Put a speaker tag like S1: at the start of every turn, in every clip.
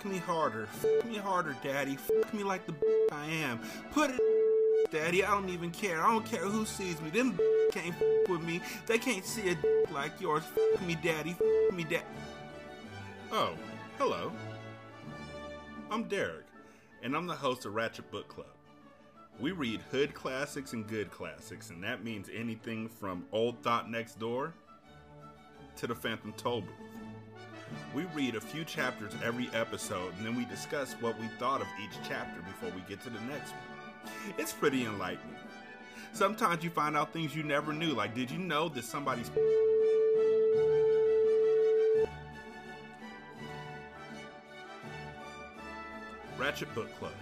S1: F me harder. F me harder, daddy. F me like the b- I am. Put it, daddy. I don't even care. I don't care who sees me. Them b- can't f- with me. They can't see a d- like yours. F me, daddy. F me, dad.
S2: Oh, hello. I'm Derek, and I'm the host of Ratchet Book Club. We read hood classics and good classics, and that means anything from Old Thought Next Door to The Phantom Toll Booth. We read a few chapters every episode, and then we discuss what we thought of each chapter before we get to the next one. It's pretty enlightening. Sometimes you find out things you never knew, like did you know that somebody's Ratchet Book Club.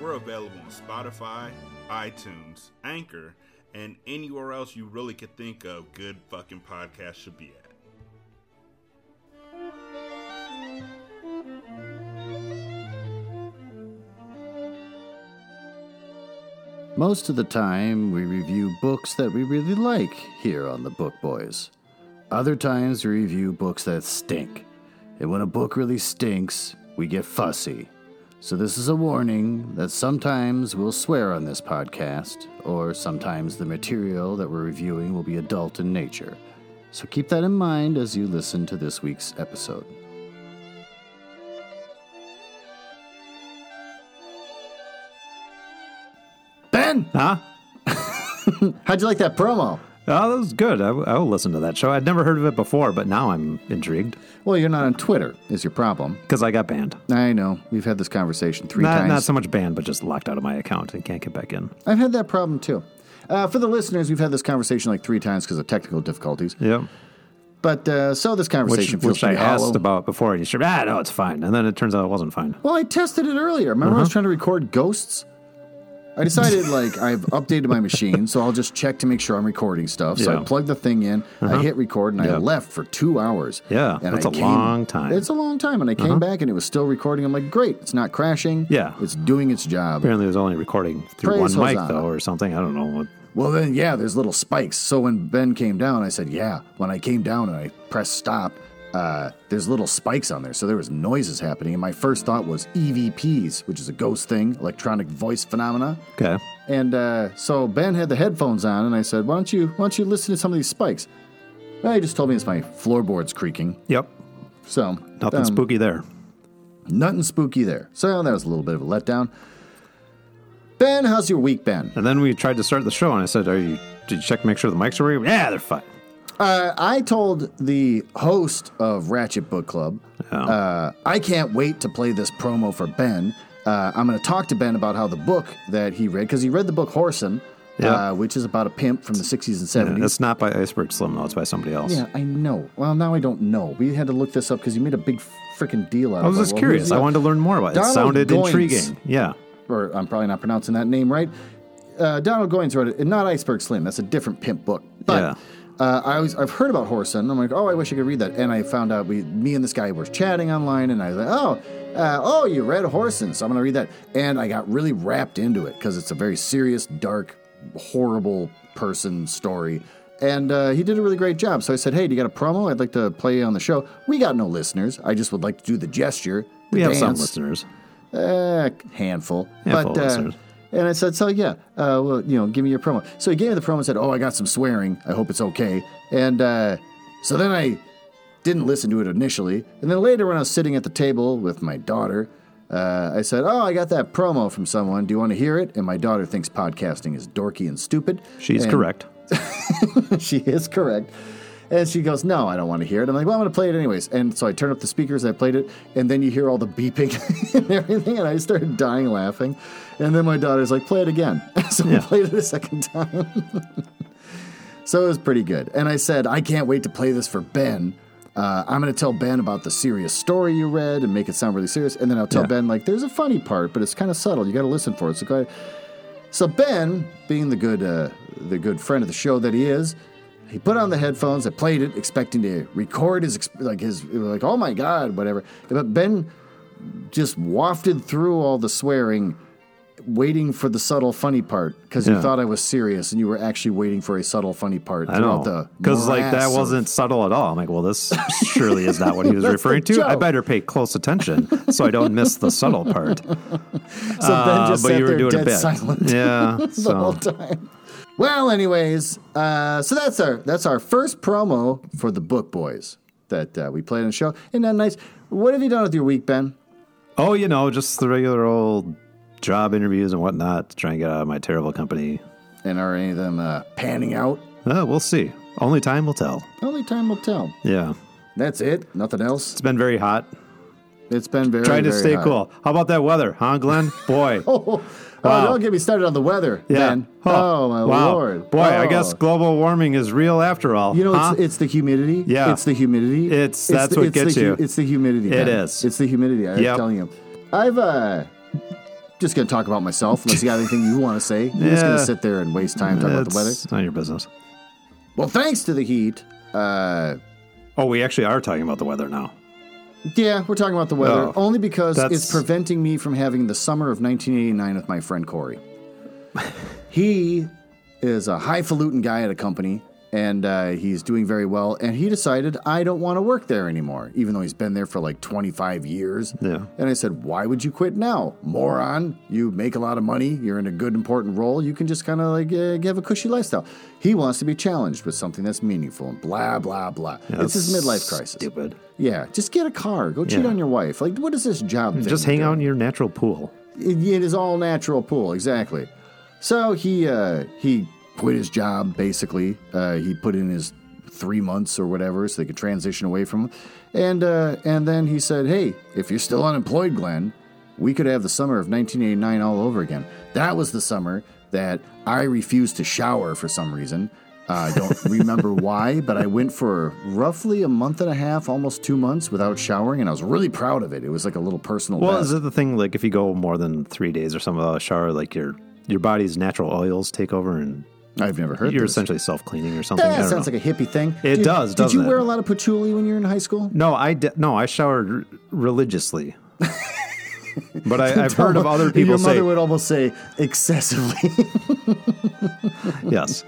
S2: We're available on Spotify, iTunes, Anchor, and anywhere else you really could think of good fucking podcast should be at.
S3: Most of the time, we review books that we really like here on the Book Boys. Other times, we review books that stink. And when a book really stinks, we get fussy. So, this is a warning that sometimes we'll swear on this podcast, or sometimes the material that we're reviewing will be adult in nature. So, keep that in mind as you listen to this week's episode. Ben,
S4: Huh?
S3: how'd you like that promo?
S4: Oh, that was good. I, w- I will listen to that show. I'd never heard of it before, but now I'm intrigued
S3: Well, you're not on Twitter, is your problem.
S4: because I got banned.
S3: I know. We've had this conversation three
S4: Not,
S3: times.
S4: not so much banned, but just locked out of my account and can't get back in.
S3: I've had that problem too. Uh, for the listeners, we've had this conversation like three times because of technical difficulties.
S4: Yep.
S3: But uh, so this
S4: Which,
S3: conversation feels
S4: which I
S3: pretty hollow.
S4: asked about before, and you said, ah, no, it's fine. And then it turns out it wasn't fine.
S3: Well, I tested it earlier. Remember,
S4: Uh-huh.
S3: I was trying to record ghosts. I decided like I've updated my machine, so I'll just check to make sure I'm recording stuff. So I
S4: Yeah.
S3: plugged the thing in, I hit record, and I
S4: Yeah.
S3: left for two hours.
S4: Yeah,
S3: and
S4: that's
S3: a
S4: a long time. Uh-huh.
S3: It's a long time, and I came back and it was still recording. I'm like, great, it's not crashing.
S4: Yeah.
S3: it's doing its job.
S4: Apparently, it was only recording through
S3: Praise
S4: one mic,
S3: Hosanna.
S4: though, or something. I don't know. What,
S3: Well, then, yeah, there's little spikes. So when Ben came down, I said, yeah. When I came down and I pressed stop, uh, there's little spikes on there. So there was noises happening. And my first thought was EVPs, which is a ghost thing, electronic voice phenomena.
S4: okay.
S3: And uh, so Ben had the headphones on, and I said, why don't you, why don't you listen to some of these spikes? Well, he just told me it's my floorboards creaking.
S4: Yep.
S3: So
S4: Nothing
S3: um,
S4: spooky there.
S3: Nothing spooky there. So that was a little bit of a letdown. Ben, how's your week been?
S4: And then we tried to start the show, and I said, "Are you? Did you check to make sure the mics were? Yeah, they're fine."
S3: Uh, I told the host of Ratchet Book Club, uh, I can't wait to play this promo for Ben. Uh, I'm going to talk to Ben about how the book that he read, because he read the book Horson,
S4: Yeah.
S3: uh, which is about a pimp from the 60s and 70s.
S4: It's not by Iceberg Slim, though. It's by somebody else.
S3: Yeah, I know. Well, now I don't know. We had to look this up because you made a big freaking deal out of it.
S4: I was just curious. I wanted to learn more about it.
S3: Donald
S4: it sounded
S3: Goines.
S4: intriguing. Yeah.
S3: Or I'm probably not pronouncing that name right. Uh, Donald Goins wrote it, and not Iceberg Slim. That's a different pimp book. But
S4: Yeah.
S3: uh, I was, I've heard about Horson. I'm like, oh, I wish I could read that. And I found out we, me and this guy were chatting online, and I was like, oh, uh, oh, you read Horson, so I'm gonna read that. And I got really wrapped into it because it's a very serious, dark, horrible person story. And uh, he did a really great job. So I said, hey, do you got a promo? I'd like to play on the show. We got no listeners. I just would like to do the gesture. the
S4: We have some
S3: dance
S4: listeners.
S3: uh, handful.
S4: Handful
S3: but,
S4: of
S3: uh,
S4: listeners.
S3: And I said, so yeah, uh, well, you know, give me your promo. So he gave me the promo and said, oh, I got some swearing. I hope it's okay. And uh, so then I didn't listen to it initially. And then later, when I was sitting at the table with my daughter, uh, I said, oh, I got that promo from someone. Do you want to hear it? And my daughter thinks podcasting is dorky and stupid.
S4: She's
S3: And-
S4: correct.
S3: she is correct. And she goes, No, I don't want to hear it. I'm like, Well, I'm going to play it anyways. And so I turn up the speakers, I played it, and then you hear all the beeping and everything. And I started dying laughing. And then my daughter's like, Play it again. so we
S4: Yeah.
S3: played it a second time. so it was pretty good. And I said, I can't wait to play this for Ben. Uh, I'm going to tell Ben about the serious story you read and make it sound really serious. And then I'll tell
S4: Yeah.
S3: Ben, like, there's a funny part, but it's kind of subtle. You got to listen for it. So go ahead. So Ben, being the good uh, the good friend of the show that he is, he put on the headphones. I played it, expecting to record his ex- like his it was like oh my god whatever. But Ben just wafted through all the swearing waiting for the subtle funny part because you
S4: Yeah.
S3: thought I was serious and you were actually waiting for a subtle funny part
S4: I
S3: throughout
S4: know
S3: the
S4: because like that
S3: morass of-
S4: wasn't subtle at all. I'm like, well, this surely is not what he was
S3: That's the
S4: referring to. I
S3: joke.
S4: better pay close attention so I don't miss the subtle part.
S3: so Ben
S4: Uh,
S3: just
S4: but
S3: sat
S4: you were
S3: there
S4: doing
S3: dead
S4: a bit.
S3: silent
S4: Yeah,
S3: the
S4: so
S3: whole time. Well, anyways, uh, so that's our that's our first promo for the Book Boys that uh, we played on the show. Isn't that nice? What have you done with your week, Ben?
S4: oh, you know, just the regular old job interviews and whatnot to try and get out of my terrible company.
S3: And are any of them uh, panning out?
S4: Uh, we'll see. Only time will tell.
S3: Only time will tell.
S4: Yeah,
S3: That's it. Nothing else.
S4: it's been very hot.
S3: It's been very.
S4: Trying to
S3: very
S4: stay
S3: hot.
S4: cool. How about that weather, huh, Glenn? Boy.
S3: Oh, oh,
S4: Wow.
S3: don't get me started on the weather,
S4: Yeah.
S3: Ben.
S4: Huh.
S3: Oh my
S4: Wow.
S3: lord,
S4: Boy, I guess
S3: Oh.
S4: global warming is real after all.
S3: You know,
S4: huh?
S3: it's, it's the humidity.
S4: Yeah.
S3: it's the humidity.
S4: It's- that's what
S3: it's
S4: gets
S3: the, hu-
S4: you.
S3: It's the humidity.
S4: It
S3: It is.
S4: is.
S3: It's the humidity. I'm
S4: Yep.
S3: telling you, I've uh, just gonna talk about myself. Unless you got anything you want to say, you're just
S4: Yeah.
S3: gonna sit there and waste time talking about the weather.
S4: It's not your business.
S3: Well, thanks to the heat. Uh,
S4: Oh, we actually are talking about the weather now.
S3: yeah, we're talking about the weather
S4: Oh,
S3: only because
S4: that's-
S3: it's preventing me from having the summer of 1989 with my friend Corey. he is a highfalutin guy at a company and uh, he's doing very well. And he decided, I don't want to work there anymore, even though he's been there for like 25 years.
S4: Yeah.
S3: And I said, Why would you quit now? Moron, you make a lot of money, you're in a good, important role, you can just kind of like uh, have a cushy lifestyle. He wants to be challenged with something that's meaningful and blah, blah, blah. it's his midlife crisis.
S4: Stupid.
S3: Yeah, just get a car. Go cheat
S4: Yeah. Hmm,
S3: on your wife. Like, what is this job? Thing
S4: Just hang
S3: you're
S4: out in your natural pool.
S3: doing? It- it is all natural pool, exactly. So he uh, he quit his job basically. Uh, he put in his three months or whatever, so they could transition away from him. And uh, and then he said, "Hey, if you're still unemployed, Glenn, we could have the summer of 1989 all over again." That was the summer that I refused to shower for some reason. Uh, I don't remember why, but I went for roughly a month and a half, almost two months without showering, and I was really proud of it. It was like a little personal.
S4: Well,
S3: best.
S4: is it the thing like if you go more than three days or something without a shower, like your your body's natural oils take over and
S3: I've never heard.
S4: you're
S3: this.
S4: essentially self cleaning or something? I
S3: That
S4: don't
S3: sounds
S4: know.
S3: like a hippie thing.
S4: It
S3: Did-
S4: does,
S3: Did you
S4: doesn't it?
S3: wear a lot of patchouli when you were in high school?
S4: no, I di- no, I showered r- religiously. but I, I've heard of other people
S3: Your
S4: say
S3: mother would almost say excessively.
S4: yes.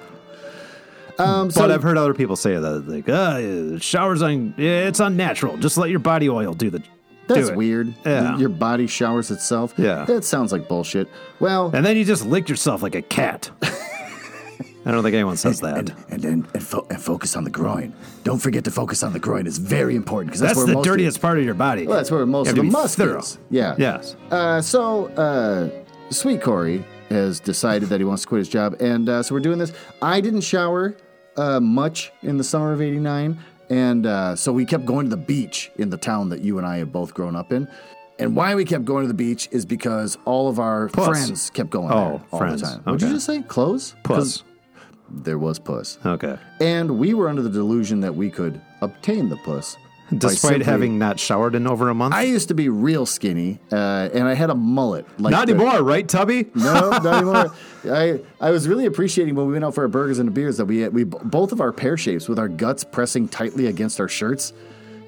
S3: Um,
S4: but
S3: so-
S4: I've heard other people say that like uh, showers on it's unnatural. Just let your body oil do the
S3: that's
S4: do it.
S3: weird.
S4: Yeah.
S3: Your body showers itself.
S4: Yeah.
S3: That sounds like bullshit. Well,
S4: And then you just lick yourself like a cat. I don't think anyone says that.
S3: and then and, fo- and focus on the groin. Don't forget to focus on the groin. It's very important because
S4: That's,
S3: where
S4: the
S3: most of-
S4: dirtiest part of your body.
S3: Well, that's where most
S4: You
S3: of
S4: have
S3: the
S4: to be
S3: musk
S4: thorough.
S3: is. Yeah.
S4: Yes.
S3: Uh, so, uh, Sweet Corey has decided that he wants to quit his job, and uh, so we're doing this. I didn't shower uh, much in the summer of '89, and uh, so we kept going to the beach in the town that you and I have both grown up in. And why we kept going to the beach is because all of our
S4: Puss.
S3: friends kept going
S4: Oh,
S3: there all
S4: friends.
S3: the time. Would you
S4: Okay.
S3: just say clothes? 'Cause
S4: Puss.
S3: There was puss,
S4: Okay.
S3: and we were under the delusion that we could obtain the puss. by
S4: Despite
S3: simply-
S4: having not showered in over a month.
S3: I used to be real skinny, uh, and I had a mullet. Like
S4: not
S3: the- Mm.
S4: anymore, right, Tubby?
S3: no, not anymore. I I was really appreciating when we went out for our burgers and beers that we had, we both of our pear shapes with our guts pressing tightly against our shirts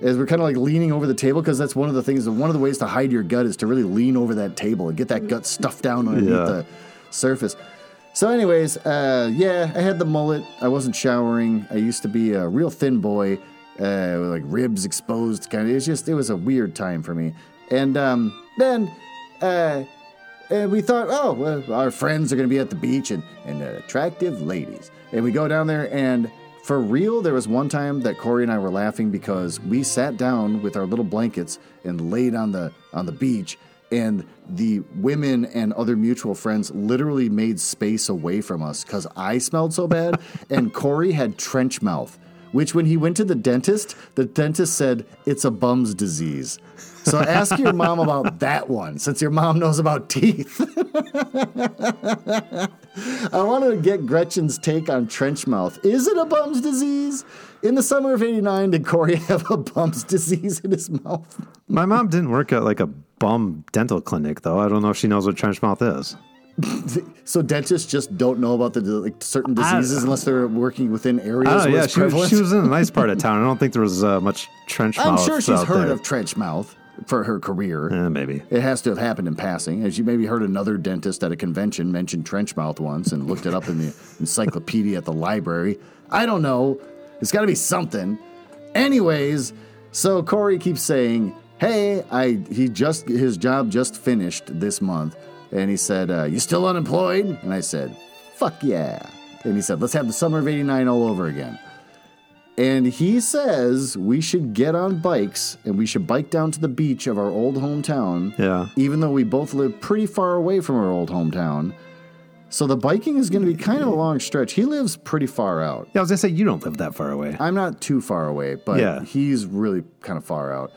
S3: as we're kind of like leaning over the table because that's one of the things one of the ways to hide your gut is to really lean over that table and get that gut stuffed down underneath
S4: Yeah.
S3: the surface. So, anyways, uh, yeah, I had the mullet. I wasn't showering. I used to be a real thin boy, uh, with like ribs exposed, kind of. It's just it was a weird time for me. And um, then. Uh, and we thought, oh, well, our friends are going to be at the beach and, and uh, attractive ladies. And we go down there, and for real, there was one time that Corey and I were laughing because we sat down with our little blankets and laid on the on the beach, and the women and other mutual friends literally made space away from us because I smelled so bad, and Corey had trench mouth. Which, when he went to the dentist, the dentist said it's a bum's disease. So ask your mom about that one, since your mom knows about teeth. I wanted to get Gretchen's take on trench mouth. Is it a bum's disease? In the summer of '89, did Corey have a bum's disease in his mouth?
S4: My mom didn't work at like a bum dental clinic, though. I don't know if she knows what trench mouth is.
S3: So dentists just don't know about the like, certain
S4: I-
S3: diseases unless they're working within areas
S4: Oh,
S3: where
S4: yeah.
S3: it's
S4: She, was-
S3: prevalent.
S4: she was in a nice part of town. I don't think there was uh, much trench
S3: I'm
S4: mouth.
S3: sure she's
S4: out
S3: heard
S4: there.
S3: of trench mouth. for her career.
S4: Eh, maybe.
S3: It has to have happened in passing, as you maybe heard another dentist at a convention mention trench mouth once and looked it up in the encyclopedia at the library. I don't know. It's got to be something. Anyways, so Corey keeps saying, "Hey, I he just his job just finished this month," and he said, uh, "You still unemployed?" And I said, "Fuck yeah!" And he said, "Let's have the summer of '89 all over again." And he says we should get on bikes and we should bike down to the beach of our old hometown.
S4: Yeah.
S3: Even though we both live pretty far away from our old hometown. So the biking is going to be kind of a long stretch. He lives pretty far out.
S4: Yeah, I was gonna say you don't live that far away.
S3: I'm not too far away, but
S4: Yeah.
S3: he's really kind of far out.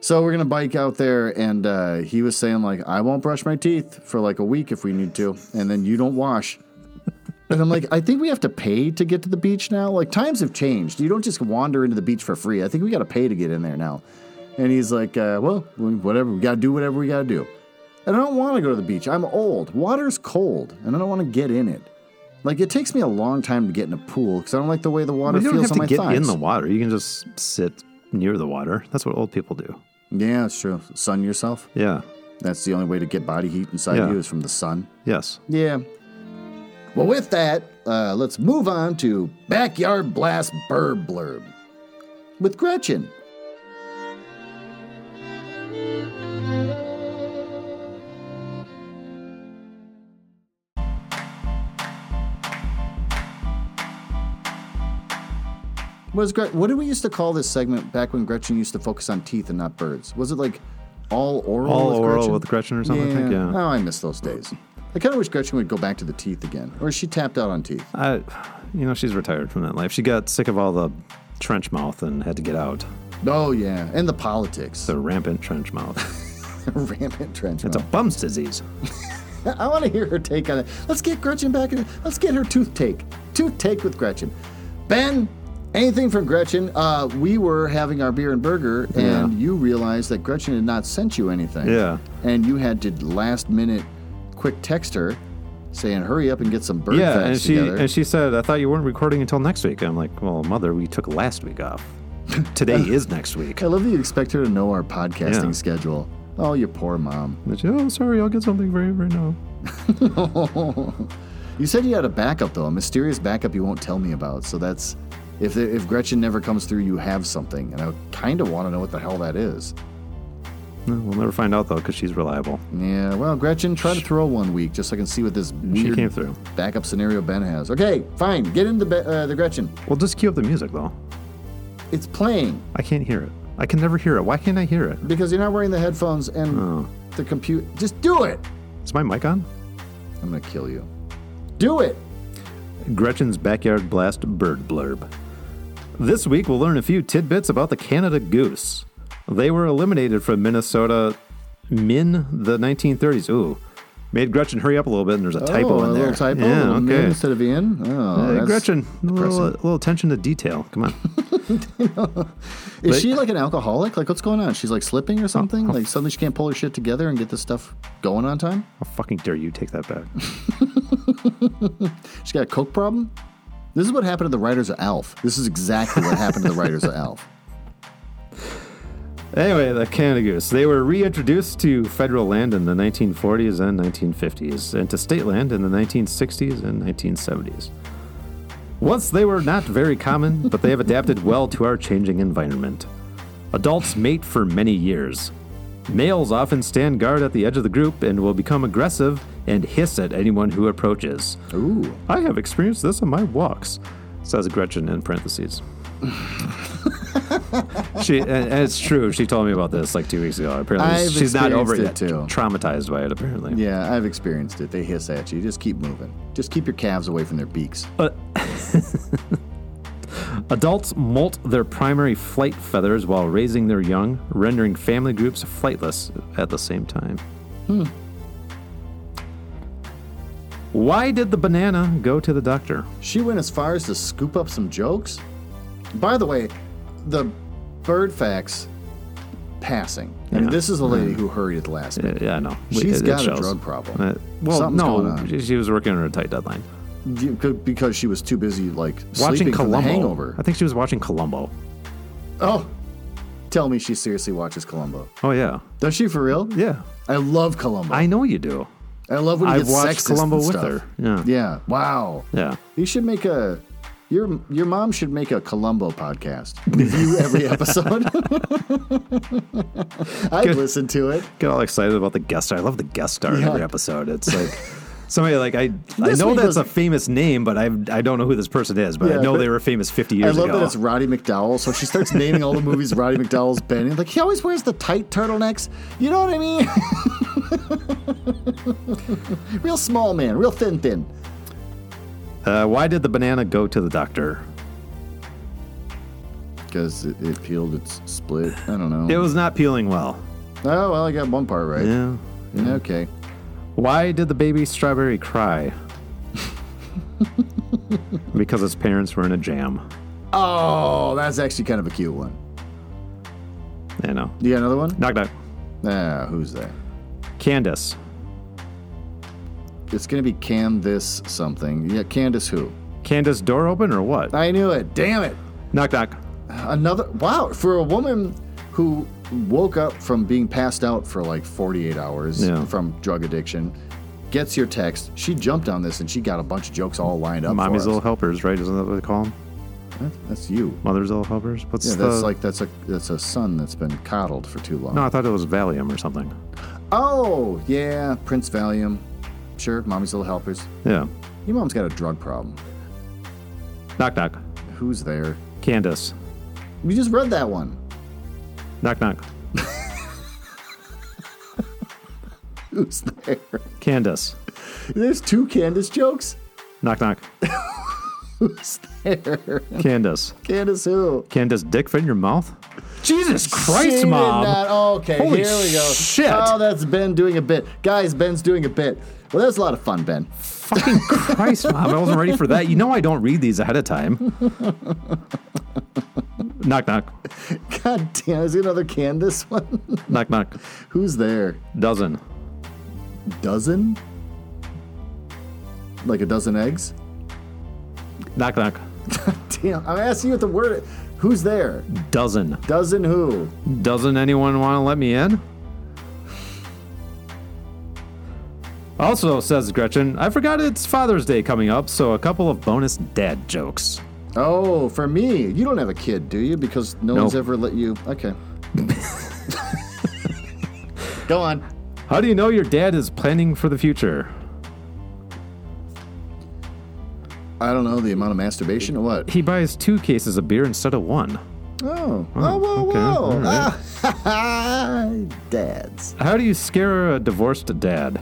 S3: So we're gonna bike out there, and uh, he was saying like, "I won't brush my teeth for like a week if we need to, and then you don't wash." And I'm like, I think we have to pay to get to the beach now. Like times have changed. You don't just wander into the beach for free. I think we got to pay to get in there now. And he's like, uh, well, we- whatever. We got to do whatever we got to do. And I don't want to go to the beach. I'm old. Water's cold, and I don't want to get in it. Like it takes me a long time to get in a pool because I don't like the way the water
S4: Well, you don't
S3: feels
S4: have
S3: on
S4: to
S3: my
S4: get
S3: thighs.
S4: in the water. You can just sit near the water. That's what old people do.
S3: yeah, that's true. Sun yourself.
S4: Yeah.
S3: That's the only way to get body heat inside
S4: Yeah.
S3: you is from the sun.
S4: Yes.
S3: Yeah. Well, with that, uh, let's move on to Backyard Blast Burb Blurb with Gretchen. Was Gre- what did we used to call this segment back when Gretchen used to focus on teeth and not birds? Was it like all oral?
S4: All
S3: with
S4: oral
S3: Gretchen?
S4: with Gretchen or something, I think, yeah.
S3: Oh, I miss those days. I kind of wish Gretchen would go back to the teeth again, or is she tapped out on teeth?
S4: I, you know, she's retired from that life. She got sick of all the trench mouth and had to get out.
S3: Oh yeah, and the politics,
S4: The rampant trench mouth.
S3: rampant trench.
S4: It's a bum's disease.
S3: mouth. I want to hear her take on it. Let's get Gretchen back in. Let's get her tooth take. Tooth take with Gretchen. Ben, anything from Gretchen? Uh, we were having our beer and burger, and
S4: Yeah.
S3: you realized that Gretchen had not sent you anything.
S4: Yeah.
S3: And you had to last minute quick text her, saying, "Hurry up and get some bird
S4: yeah,
S3: facts
S4: and she
S3: together."
S4: and she said, "I thought you weren't recording until next week." I'm like, "Well, mother, we took last week off. Today is next week."
S3: I love that you expect her to know our podcasting
S4: Yeah.
S3: schedule. Oh, you poor mom.
S4: And she, oh, sorry, I'll get something for you right now.
S3: You said you had a backup though, a mysterious backup you won't tell me about. So that's if the, if Gretchen never comes through, you have something, and I kind of want to know what the hell that is.
S4: No, we'll never find out though, because she's reliable.
S3: Yeah, well, Gretchen, try to throw one week just so I can see what this
S4: She
S3: weird
S4: came through.
S3: backup scenario Ben has. Okay, fine, get into be- uh, the Gretchen.
S4: Well, just cue up the music though.
S3: It's playing
S4: I can't hear it. I can never hear it. Why can't I hear it?
S3: because you're not wearing the headphones and
S4: Oh.
S3: the compute. Just do it.
S4: Is my mic on?
S3: I'm gonna kill you. Do it.
S4: Gretchen's Backyard Blast Bird Blurb. This week, we'll learn a few tidbits about the Canada goose. They were eliminated from Minnesota min the 1930s. Ooh, made Gretchen hurry up a little bit, and there's a typo
S3: oh,
S4: in
S3: a
S4: there.
S3: little typo. a
S4: Yeah,
S3: little min
S4: okay.
S3: Instead of in. Oh,
S4: Hey,
S3: that's-
S4: Gretchen, a little,
S3: depressing.
S4: a little attention to detail. Come on.
S3: Is
S4: They-
S3: she like an alcoholic? Like, what's going on? She's like slipping or something? Like, suddenly she can't pull her shit together and get this stuff going on time?
S4: How fucking dare you take that back?
S3: She's got a coke problem? This is what happened to the writers of Alf. This is exactly what happened to the writers of Alf.
S4: Anyway, the Canada Goose. They were reintroduced to federal land in the 1940s and 1950s, and to state land in the 1960s and 1970s. Once they were not very common, but they have adapted well to our changing environment. Adults mate for many years. Males often stand guard at the edge of the group and will become aggressive and hiss at anyone who approaches.
S3: Ooh.
S4: I have experienced this on my walks, says Gretchen in parentheses. she and, and it's true. She told me about this like two weeks ago. Apparently,
S3: I've
S4: she's not over it yet.
S3: experienced it, too.
S4: Traumatized by it, apparently.
S3: Yeah, I've experienced it. They hiss at you. Just keep moving. Just keep your calves away from their beaks.
S4: Adults molt their primary flight feathers while raising their young, rendering family groups flightless at the same time.
S3: Hmm.
S4: Why did the banana go to the doctor?
S3: She went as far as to scoop up some jokes? By the way, the bird facts passing. I mean,
S4: Yeah. Mm.
S3: this is a lady who hurried at the last minute.
S4: Yeah, Uh, yeah, I know. We-
S3: She's
S4: it- it
S3: got a
S4: shows.
S3: drug problem.
S4: Uh, well,
S3: Something's going
S4: no,
S3: on.
S4: she- she was working on a tight deadline.
S3: because she was too busy like
S4: watching
S3: sleeping from the
S4: Columbo.
S3: hangover.
S4: I think she was watching Columbo.
S3: Oh, tell me she seriously watches Columbo.
S4: Oh yeah,
S3: Does she for real?
S4: yeah.
S3: I love Columbo. I,
S4: I know you do.
S3: love when he
S4: I've
S3: gets
S4: watched
S3: sexist
S4: Columbo
S3: and
S4: with
S3: stuff.
S4: her. Yeah,
S3: Yeah. Wow.
S4: yeah.
S3: You should make a your your mom should make a Columbo podcast. Review every episode. I'd listen to it.
S4: Get all excited about the guest star. I love the guest star in
S3: Yeah.
S4: every episode. It's like. Somebody like I, I
S3: This
S4: know
S3: one
S4: that's a
S3: doesn't-
S4: famous name, but I I don't know who this person is. But I
S3: Yeah,
S4: know
S3: but-
S4: they were famous fifty
S3: I
S4: years
S3: love
S4: ago.
S3: that it's Roddy McDowell. So she starts naming all the movies Roddy McDowell's been in. Like he always wears the tight turtlenecks. You know what I mean? real small man, real thin thin.
S4: uh, why did the banana go to the doctor?
S3: Because it, it peeled, it's split. I don't know.
S4: It was not peeling well.
S3: oh well, I got one part right.
S4: Yeah.
S3: Okay.
S4: Why did the baby strawberry cry? because its parents were in a jam.
S3: Oh, that's actually kind of a cute one.
S4: I know.
S3: You got another one?
S4: Knock knock.
S3: Ah, who's that?
S4: Candace.
S3: It's gonna be Cam this something. Yeah, Candace who?
S4: Candace door open or what?
S3: I knew it. Damn it.
S4: Knock knock.
S3: Another wow for a woman who woke up from being passed out for like 48 hours
S4: Yeah.
S3: from drug addiction, gets your text. She jumped on this and she got a bunch of jokes all lined up.
S4: Mommy's
S3: for
S4: little
S3: us.
S4: helpers, right? Isn't that what they call them?
S3: That- That's you.
S4: Mother's little helpers. What's
S3: Yeah,
S4: the?
S3: that's like that's a that's a son that's been coddled for too long.
S4: no, I thought it was Valium or something.
S3: Oh yeah, Prince Valium. Sure, mommy's little helpers.
S4: Yeah.
S3: Your mom's got a drug problem.
S4: Knock knock.
S3: Who's there?
S4: Candace.
S3: We just read that one.
S4: Knock knock.
S3: Who's there?
S4: Candace.
S3: There's two Candace jokes.
S4: Knock knock.
S3: Who's there?
S4: Candace.
S3: Candace who?
S4: Candace dick fit in your mouth? Jesus
S3: She
S4: Christ,
S3: did
S4: mom.
S3: not- Okay,
S4: Holy
S3: here we go.
S4: shit.
S3: Oh, that's Ben doing a bit. Guys, Ben's doing a bit. Well, that's a lot of fun, Ben.
S4: Fucking Christ, Mom. I wasn't ready for that. You know I don't read these ahead of time. knock, knock.
S3: God damn, is it another Candace one?
S4: Knock, knock.
S3: Who's there?
S4: Dozen.
S3: Dozen? Like a dozen eggs?
S4: Knock, knock.
S3: Damn, I'm asking you what the word. Who's there?
S4: Dozen.
S3: Dozen who?
S4: Doesn't anyone want to let me in? Also, says Gretchen, I forgot it's Father's Day coming up, so a couple of bonus dad jokes.
S3: Oh, for me. You don't have a kid, do you? Because no one's ever let you. Okay. Go on.
S4: How do you know your dad is planning for the future?
S3: I don't know the amount of masturbation or what.
S4: He buys two cases of beer instead of one.
S3: Oh, oh, whoa,
S4: okay, all
S3: whoa.
S4: right.
S3: Ah, Dads.
S4: How do you scare a divorced dad?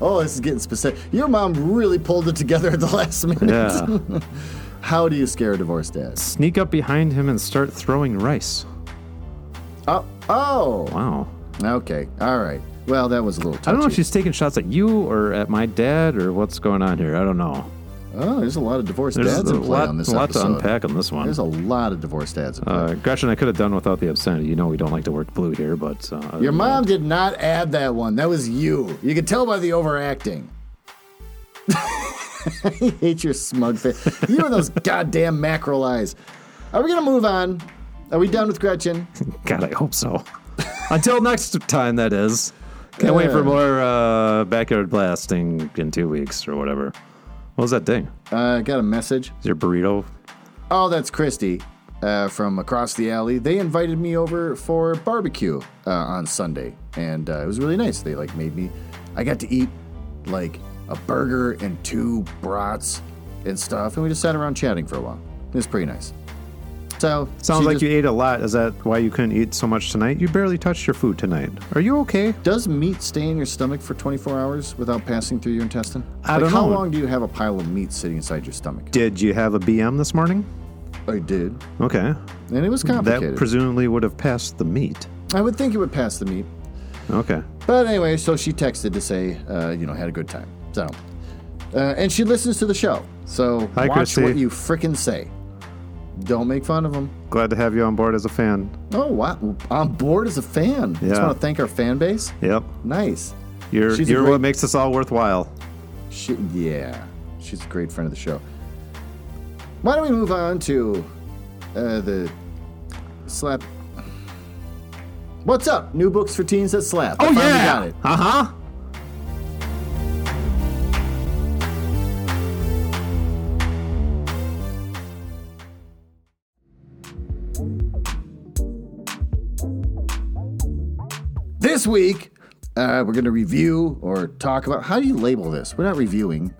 S3: Oh, this is getting specific. Your mom really pulled it together at the last minute.
S4: Yeah.
S3: How do you scare a divorced dad?
S4: Sneak up behind him and start throwing rice.
S3: Oh, oh.
S4: Wow.
S3: Okay, all right. Well, that was a little touchy.
S4: I don't know if she's taking shots at you or at my dad or what's going on here. I don't know.
S3: Oh, there's a lot of divorced
S4: There's
S3: dads
S4: a
S3: in play
S4: lot,
S3: on this
S4: a lot to
S3: episode.
S4: unpack on this one.
S3: There's a lot of divorced dads in play.
S4: Uh, Gretchen, I could have done without the obscenity. You know we don't like to work blue here, but uh,
S3: Your mom did not add that one. That was you. You could tell by the overacting. I hate your smug face. You and those goddamn mackerel eyes. Are we gonna move on? Are we done with Gretchen?
S4: God, I hope so. Until next time, that is. Can't wait for
S3: Yeah.
S4: more uh, backyard blasting in two weeks or whatever. What was that ding?
S3: Uh, I got a message.
S4: Is your burrito?
S3: Oh, that's Christy uh, from across the alley. They invited me over for barbecue uh, on Sunday, and uh, it was really nice. They like made me. I got to eat like a burger and two brats and stuff, and we just sat around chatting for a while. It was pretty nice. So
S4: Sounds
S3: she
S4: like
S3: just-
S4: you ate a lot. Is that why you couldn't eat so much tonight? You barely touched your food tonight. Are you okay?
S3: Does meat stay in your stomach for 24 hours without passing through your intestine?
S4: I
S3: like
S4: don't
S3: how
S4: know.
S3: long do you have a pile of meat sitting inside your stomach?
S4: Did you have a BM this morning?
S3: I did,
S4: Okay.
S3: and it was
S4: That
S3: complicated.
S4: presumably would have passed the meat.
S3: I would think it would pass the meat,
S4: Okay.
S3: But anyway, so she texted to say, uh, you know, had a good time. So, uh, and she listens to the show. So
S4: Hi,
S3: watch
S4: Christy.
S3: what you frickin' say. Don't make fun of them.
S4: Glad to have you on board as a fan.
S3: Oh, wow. On board as a fan. Just
S4: Yeah.
S3: want to thank our fan base.
S4: Yep.
S3: Nice.
S4: You're
S3: She's a
S4: you're
S3: great-
S4: what makes this all worthwhile.
S3: She, yeah, she's a great friend of the show. Why don't we move on to uh, the slap. What's up? New books for teens that slap.
S4: Oh,
S3: I finally got it.
S4: Uh huh.
S3: This week, uh, we're going to review or talk about how do you label this? We're not reviewing,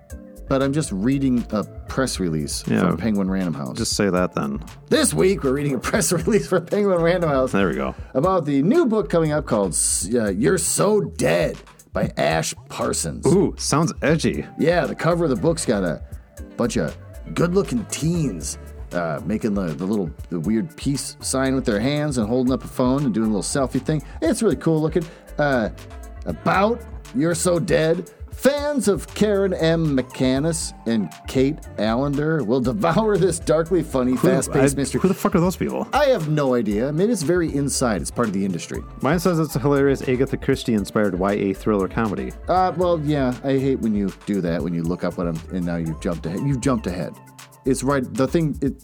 S3: but I'm just reading a press release
S4: Yeah.
S3: from Penguin Random House.
S4: Just say that then.
S3: this week, we're reading a press release from Penguin Random House
S4: There we go.
S3: about the new book coming up called S- uh, You're So Dead by Ash Parsons.
S4: Ooh, sounds edgy.
S3: Yeah, the cover of the book's got a bunch of good-looking teens uh, making the, the little the weird peace sign with their hands and holding up a phone and doing a little selfie thing. It's really cool looking. Uh, about You're So Dead. Fans of Karen M. McCannis and Kate Allender will devour this darkly funny,
S4: Who-
S3: fast-paced
S4: I-
S3: mystery.
S4: Who the fuck are those people?
S3: I have no idea. Maybe it's very inside. It's part of the industry.
S4: Mine says it's a hilarious Agatha Christie inspired YA thriller comedy.
S3: Uh, well, yeah, I hate when you do that when you look up what I'm and now you've jumped ahead. You've jumped ahead. It's right. The thing. It,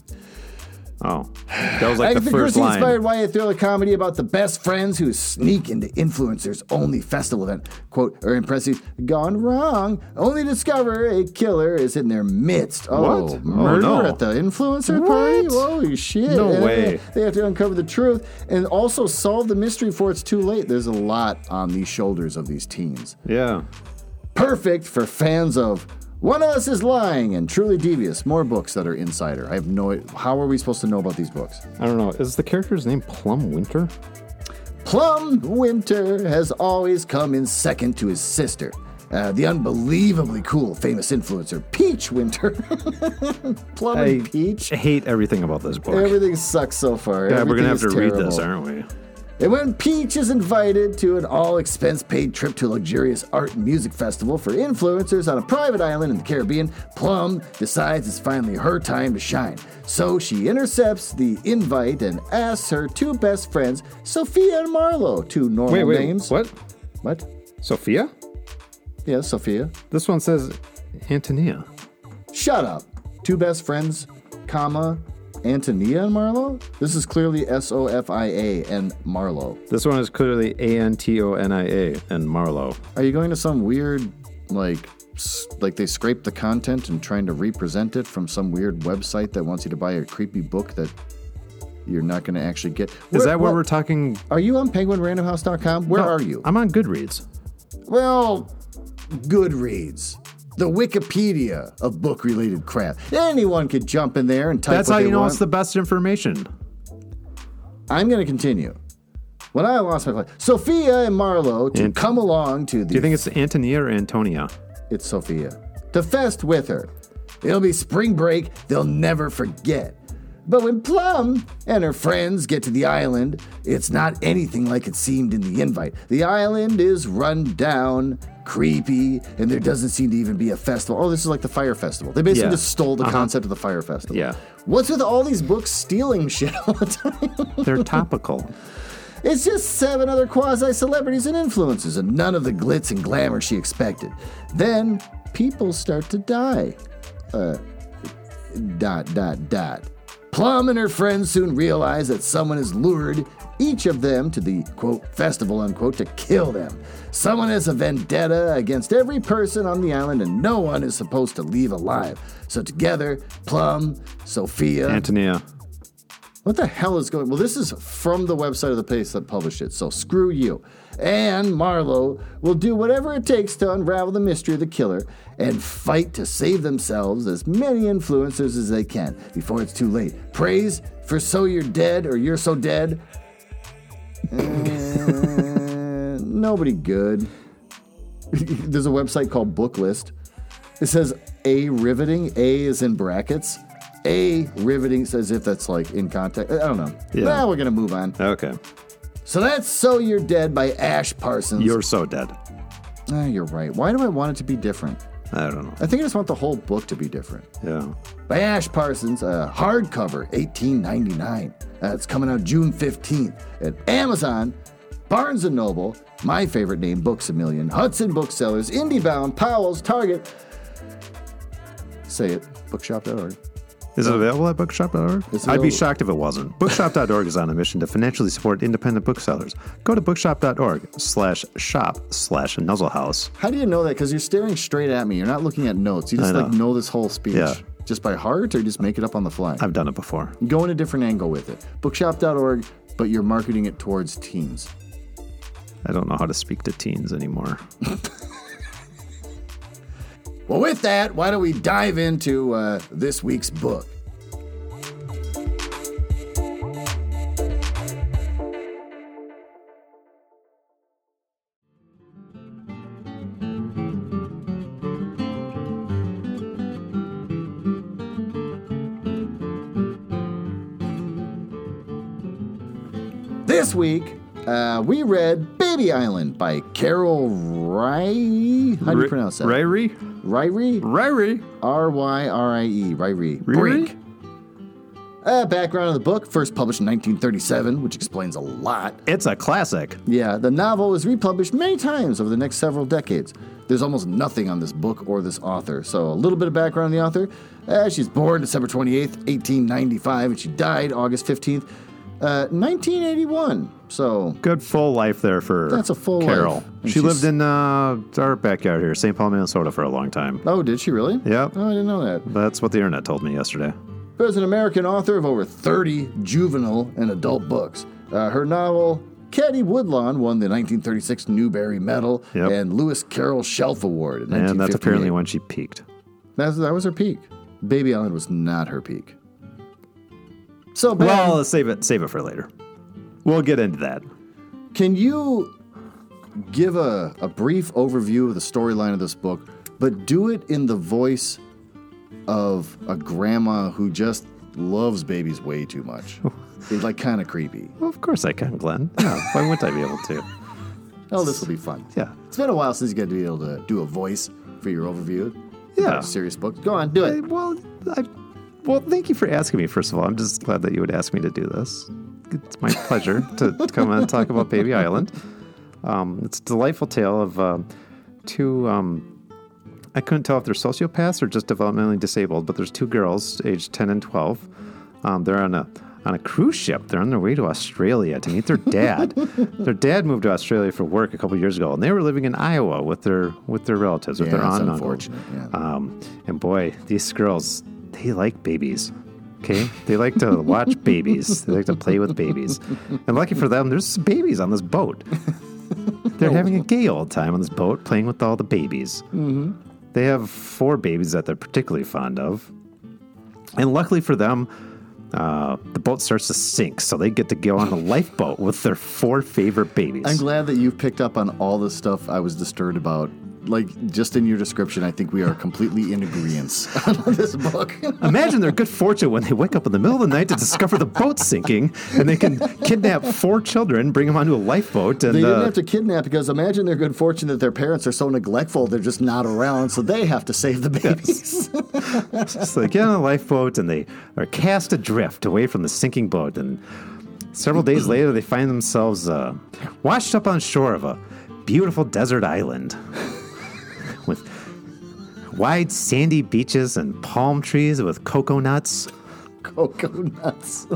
S4: Oh, that was like
S3: Agatha
S4: the first
S3: Christie
S4: line.
S3: inspired YA thriller comedy about the best friends who sneak into influencers only festival event. Quote or impressive gone wrong. Only discover a killer is in their midst. Oh,
S4: What? Oh,
S3: murder
S4: no.
S3: at the influencer party.
S4: What?
S3: Holy shit!
S4: No
S3: And
S4: way.
S3: They have to uncover the truth and also solve the mystery before it's too late. There's a lot on the shoulders of these teens
S4: Yeah.
S3: perfect for fans of One of Us is Lying and Truly Devious. More books that are insider. I have no. How are we supposed to know about these books?
S4: I don't know. Is the character's name Plum Winter?
S3: Plum Winter has always come in second to his sister. Uh, the unbelievably cool famous influencer Peach Winter. Plum and Peach.
S4: I hate everything about this book.
S3: Everything sucks so far.
S4: yeah, we're
S3: Everything
S4: gonna have
S3: is
S4: to read this,
S3: terrible.
S4: aren't we?
S3: And when Peach is invited to an all expense paid trip to a luxurious art and music festival for influencers on a private island in the Caribbean, Plum decides it's finally her time to shine. So she intercepts the invite and asks her two best friends, Sophia and Marlo, two normal names.
S4: What?
S3: What?
S4: Sophia?
S3: Yeah, Sophia.
S4: This one says Antonia.
S3: Shut up. Two best friends, comma, Antonia and Marlo? This is clearly S O F I A and Marlo.
S4: This one is clearly A N T O N I A and Marlowe.
S3: Are you going to some weird, like, s- like they scrape the content and trying to represent it from some weird website that wants you to buy a creepy book that you're not going to actually get?
S4: Is that where we're talking?
S3: Are you on PenguinRandomHouse.com? Where
S4: No,
S3: are you?
S4: I'm on Goodreads.
S3: well, Goodreads. The Wikipedia of book-related crap. Anyone could jump in there and type.
S4: That's
S3: what
S4: how
S3: they
S4: you know
S3: want.
S4: it's the best information.
S3: I'm going to continue. When I lost my place, Sophia and Marlo to
S4: Ant-
S3: come along to the
S4: Do you think it's Antonia or Antonia?
S3: it's Sophia, to fest with her. It'll be spring break they'll never forget. But when Plum and her friends get to the island, it's not anything like it seemed in the invite. The island is run down, creepy, and there doesn't seem to even be a festival. Oh, this is like the Fire Festival. They basically
S4: Yeah. Uh-huh.
S3: just stole the concept of the Fire Festival.
S4: Yeah.
S3: What's with all these books stealing shit all the time?
S4: They're topical.
S3: It's just seven other quasi celebrities and influencers, and none of the glitz and glamour she expected. Then people start to die. Uh, dot, dot, dot. Plum and her friends soon realize that someone has lured each of them to the quote festival unquote to kill them. Someone has a vendetta against every person on the island, and no one is supposed to leave alive. So together, Plum, Sophia,
S4: Antonia.
S3: what the hell is going? Well, this is from the website of the place that published it, so screw you. And Marlowe will do whatever it takes to unravel the mystery of the killer and fight to save themselves as many influencers as they can before it's too late. Praise for so you're dead or you're so dead. Uh, nobody good. There's a website called Booklist. It says a riveting. A is in brackets. A riveting says if that's like in context. I don't know.
S4: Yeah.
S3: Now we're gonna move on.
S4: Okay.
S3: So that's "So You're Dead" by Ash Parsons.
S4: You're so dead.
S3: Ah, you're right. Why do I want it to be different?
S4: I don't know.
S3: I think I just want the whole book to be different.
S4: Yeah.
S3: by Ash Parsons, uh, hardcover, 1899. Uh, it's coming out June 15th at Amazon, Barnes & Noble, my favorite name, Books A Million, Hudson Booksellers, IndieBound, Powell's, Target. Say it, bookshop.org.
S4: Is it available at bookshop.org?
S3: It's
S4: I'd be
S3: available.
S4: shocked if it wasn't. Bookshop.org is on a mission to financially support independent booksellers. Go to bookshop.org slash shop slash nuzzlehouse.
S3: How do you know that? Because you're staring straight at me. You're not looking at notes. You just
S4: know.
S3: like know this whole speech
S4: Yeah.
S3: just by heart, or you just make it up on the fly.
S4: I've done it before.
S3: Go in a different angle with it. Bookshop.org, but you're marketing it towards teens.
S4: I don't know how to speak to teens anymore.
S3: Well, with that, why don't we dive into uh, this week's book? This week, uh, we read Baby Island by Carol Rye. How do you pronounce that?
S4: Ryrie?
S3: Ryrie?
S4: Ryrie?
S3: R Y R I E, Ryrie.
S4: Ryrie?
S3: Brink. Uh, background of the book, first published in 1937, which explains a lot.
S4: It's a classic.
S3: Yeah, the novel was republished many times over the next several decades. There's almost nothing on this book or this author, so a little bit of background on the author. Uh, she's born December 28th, 1895, and she died August 15th, uh, 1981. So,
S4: Good full life there for
S3: That's a full
S4: Carol.
S3: life. And
S4: She
S3: she's-
S4: lived in uh, our backyard here, St. Paul, Minnesota, for a long time.
S3: oh, did she really?
S4: Yep.
S3: Oh, I didn't know that.
S4: That's what the internet told me yesterday.
S3: who is an American author of over 30 juvenile and adult books. Uh, her novel, Caddy Woodlawn, won the 1936 Newbery Medal
S4: Yep.
S3: and Lewis Carroll Shelf Award in
S4: And that's
S3: 1958.
S4: apparently when she peaked.
S3: That's, that was her peak. Baby Island was not her peak. So, Ben,
S4: Well, save it. Save it for later. We'll get into that.
S3: can you give a, a brief overview of the storyline of this book, but do it in the voice of a grandma who just loves babies way too much? it's like kind of creepy.
S4: Well, of course I can, Glenn. Yeah, why wouldn't I be able to?
S3: Oh, this will be fun.
S4: Yeah.
S3: It's been a while since you got to be able to do a voice for your overview.
S4: Yeah.
S3: Of serious books. Go on, do
S4: I-
S3: it.
S4: well, I, well, thank you for asking me. First of all, I'm just glad that you would ask me to do this. It's my pleasure to, to come and talk about Baby Island. Um, it's a delightful tale of um, two. Um, I couldn't tell if they're sociopaths or just developmentally disabled, but there's two girls, aged 10 and 12. Um, they're on a on a cruise ship. They're on their way to Australia to meet their dad. their dad moved to Australia for work a couple years ago, and they were living in Iowa with their with their relatives, with
S3: Yeah,
S4: their
S3: that's
S4: aunt and uncle.
S3: unfortunate. Yeah.
S4: Um, and boy, these girls, they like babies. Okay? They like to watch babies. They like to play with babies. And lucky for them, there's babies on this boat. They're having a gay old time on this boat playing with all the babies. Mm-hmm. They have four babies that they're particularly fond of. And luckily for them, uh, the boat starts to sink, so they get to go on a lifeboat with their four favorite babies.
S3: I'm glad that you've picked up on all the stuff I was disturbed about. Like, just in your description, I think we are completely in agreement on this book.
S4: Imagine their good fortune when they wake up in the middle of the night to discover the boat sinking, and they can kidnap four children, bring them onto a lifeboat, and
S3: They
S4: uh,
S3: didn't have to kidnap because imagine their good fortune that their parents are so neglectful they're just not around, so they have to save the babies.
S4: so they get on a lifeboat and they are cast adrift away from the sinking boat. And several days later, they find themselves uh, washed up on shore of a beautiful desert island with wide sandy beaches and palm trees with cocoa nuts.
S3: Cocoa nuts.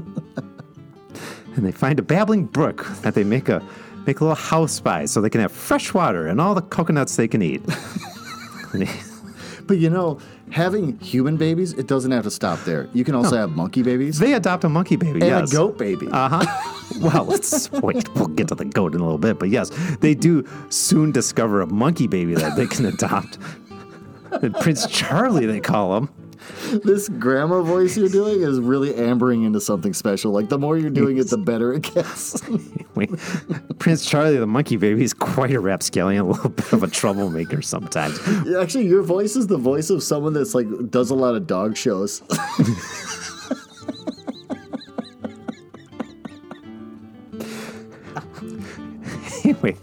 S4: and they find a babbling brook that they make a make a little house by so they can have fresh water and all the coconuts they can eat. And they-
S3: But you know, having human babies, it doesn't have to stop there. You can also have monkey babies
S4: they adopt a monkey baby,
S3: and
S4: yes.
S3: a goat baby.
S4: Uh huh. well, let's wait. We'll get to the goat in a little bit, but yes, they do soon discover a monkey baby that they can adopt. And Prince Charlie, they call him.
S3: This grandma voice you're doing is really ambering into something special. Like the more you're doing it, the better it gets.
S4: Wait, Prince Charlie, the monkey baby, is quite a rapscallion, a little bit of a troublemaker sometimes.
S3: Actually, your voice is the voice of someone that's like does a lot of dog shows.
S4: anyway,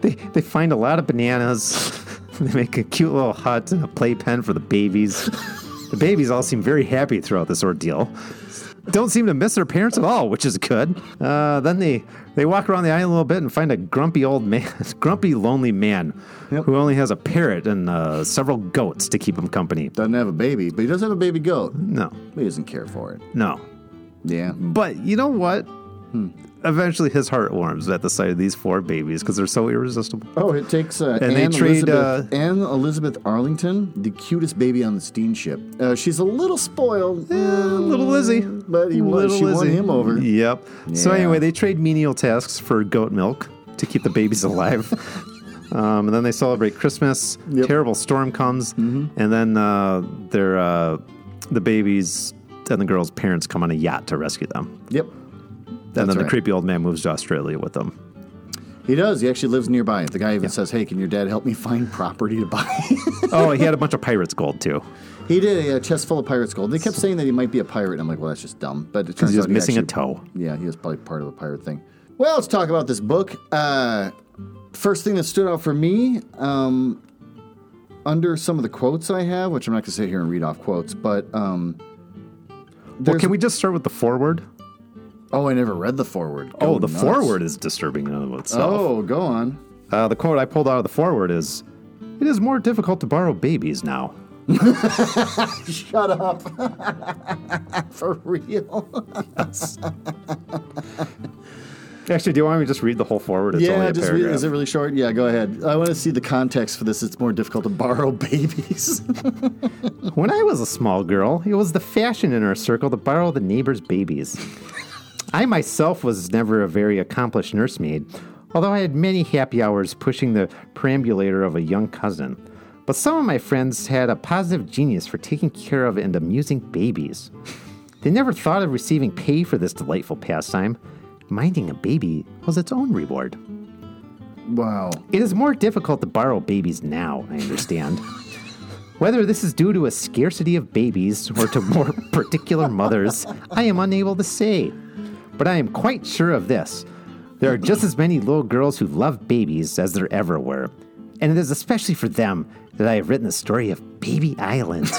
S4: they, they find a uh, lot of bananas. they make a cute little hut and a playpen for the babies. The babies all seem very happy throughout this ordeal. Don't seem to miss their parents at all, which is good. Uh, then they, they walk around the island a little bit and find a grumpy old man, grumpy, lonely man who only has a parrot and uh, several goats to keep him company.
S3: Doesn't have a baby, but he does have a baby goat.
S4: No,
S3: He doesn't care for it.
S4: no.
S3: Yeah.
S4: But you know what? Eventually his heart warms at the sight of these four babies because they're so irresistible.
S3: Oh, it takes uh,
S4: And
S3: Anne,
S4: they trade,
S3: Elizabeth,
S4: uh,
S3: Anne Elizabeth Arlington, the cutest baby on the steamship. Uh, she's a little spoiled, Mm,
S4: Little Lizzie.
S3: but he won, she won him over.
S4: Yep. So
S3: Yeah.
S4: anyway, they trade menial tasks for goat milk to keep the babies alive. Um, and then they celebrate Christmas.
S3: Yep. Mm-hmm.
S4: Terrible storm comes, and then uh, their uh, the babies and the girls' parents come on a yacht to rescue them.
S3: Yep,
S4: and
S3: That's
S4: then the
S3: right.
S4: creepy old man moves to Australia with them.
S3: he does. He actually lives nearby. The guy even says, "Hey, can your dad help me find property to buy?"
S4: oh, he had a bunch of pirates' gold too.
S3: he did. He had a chest full of pirate's gold. They kept saying that he might be a pirate. and I'm like, well, that's just dumb. But it turns
S4: He's
S3: out
S4: just
S3: he
S4: missing a
S3: actually-
S4: toe.
S3: Yeah, he was probably part of a pirate thing. Well, let's talk about this book. Uh, first thing that stood out for me, um, under some of the quotes I have, which I'm not going to sit here and read off quotes, but um,
S4: Well,
S3: there's-
S4: can we just start with the forward?
S3: Oh, I never read the forward. Go
S4: Oh, the
S3: nuts.
S4: forward is disturbing in and of itself.
S3: Oh, go on.
S4: Uh, the quote I pulled out of the forward is It is more difficult to borrow babies now.
S3: Shut up. for real.
S4: Actually, do you want me to just read the whole forward? It's only
S3: yeah,
S4: a
S3: just read,
S4: paragraph.
S3: is it really short? Yeah, go ahead. I want to see the context for this. It's more difficult to borrow babies.
S4: When I was a small girl, it was the fashion in our circle to borrow the neighbor's babies. I myself was never a very accomplished nursemaid, although I had many happy hours pushing the perambulator of a young cousin. But some of my friends had a positive genius for taking care of and amusing babies. They never thought of receiving pay for this delightful pastime. Minding a baby was its own reward.
S3: wow.
S4: It is more difficult to borrow babies now, I understand. Whether this is due to a scarcity of babies or to more particular mothers, I am unable to say. But I am quite sure of this. There are just as many little girls who love babies as there ever were. And it is especially for them that I have written the story of Baby Island.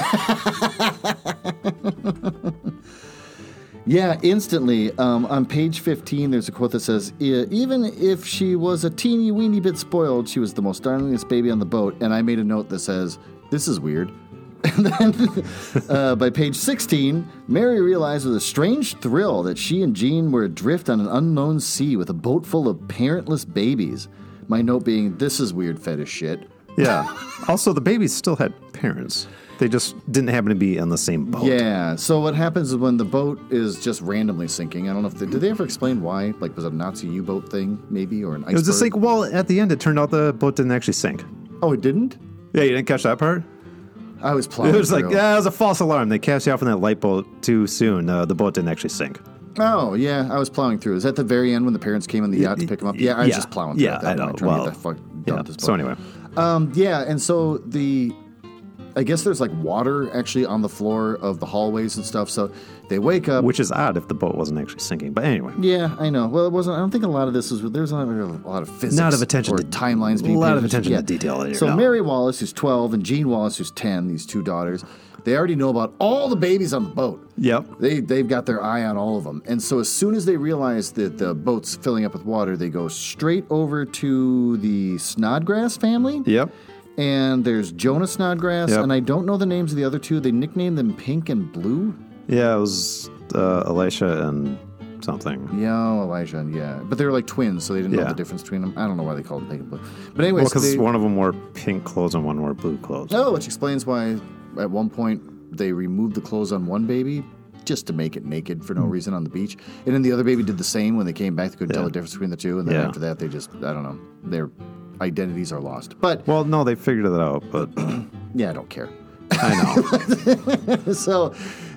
S3: Yeah, instantly. Um, on page 15, there's a quote that says, "E- Even if she was a teeny weeny bit spoiled, she was the most darlingest baby on the boat. And I made a note that says, This is weird. And then uh, by page 16, Mary realized with a strange thrill that she and Jean were adrift on an unknown sea with a boat full of parentless babies. My note being, This is weird fetish shit.
S4: yeah. Also, the babies still had parents. They just didn't happen to be on the same boat.
S3: Yeah. So what happens is when the boat is just randomly sinking. I don't know if they, did they ever explain why? Like, was it a Nazi U-boat thing, maybe, or an iceberg?
S4: It was just like, well, at the end, it turned out the boat didn't actually sink.
S3: oh, it didn't.
S4: Yeah, you didn't catch that part?
S3: I was plowing.
S4: It was like,
S3: through.
S4: yeah, it was a false alarm. They cast you off in that light boat too soon. Uh, the boat didn't actually sink.
S3: oh yeah, I was plowing through. Is that the very end when the parents came on the yacht to pick him up? Yeah, I was
S4: yeah,
S3: just plowing through.
S4: yeah,
S3: at that
S4: I
S3: point,
S4: know.
S3: trying to
S4: Well,
S3: get the fuck done
S4: Yeah.
S3: with this boat.
S4: So anyway,
S3: Um, yeah, and so the, I guess there's like water actually on the floor of the hallways and stuff. So they wake up.
S4: which is odd if the boat wasn't actually sinking. But anyway,
S3: Yeah, I know. Well, it wasn't. I don't think a lot of this was. There's not really a lot of physics,
S4: Not of attention
S3: or
S4: to-
S3: timelines. Being
S4: a lot
S3: paid
S4: of attention
S3: yeah.
S4: to detail here,
S3: So
S4: no.
S3: Mary Wallace, who's 12, and Jean Wallace, who's 10, these two daughters, they already know about all the babies on the boat.
S4: Yep.
S3: They they've got their eye on all of them, and so as soon as they realize that the boat's filling up with water, they go straight over to the Snodgrass family.
S4: yep.
S3: And there's Jonah Snodgrass,
S4: Yep.
S3: and I don't know the names of the other two. They nicknamed them Pink and Blue.
S4: Yeah, it was uh, Elisha and something.
S3: Yeah, Elijah, and yeah. But they were like twins, so they didn't know
S4: Yeah.
S3: the difference between them. I don't know why they called them pink and blue. But anyways,
S4: Well, because
S3: they-
S4: one of them wore pink clothes and one wore blue clothes.
S3: oh, which explains why at one point they removed the clothes on one baby just to make it naked for no reason on the beach, and then the other baby did the same when they came back. They couldn't tell the difference between the two, and then
S4: Hmm. Yeah.
S3: after that, they just I don't know their identities are lost. But
S4: Well, no, they figured that out, but
S3: yeah, I don't care.
S4: I know.
S3: so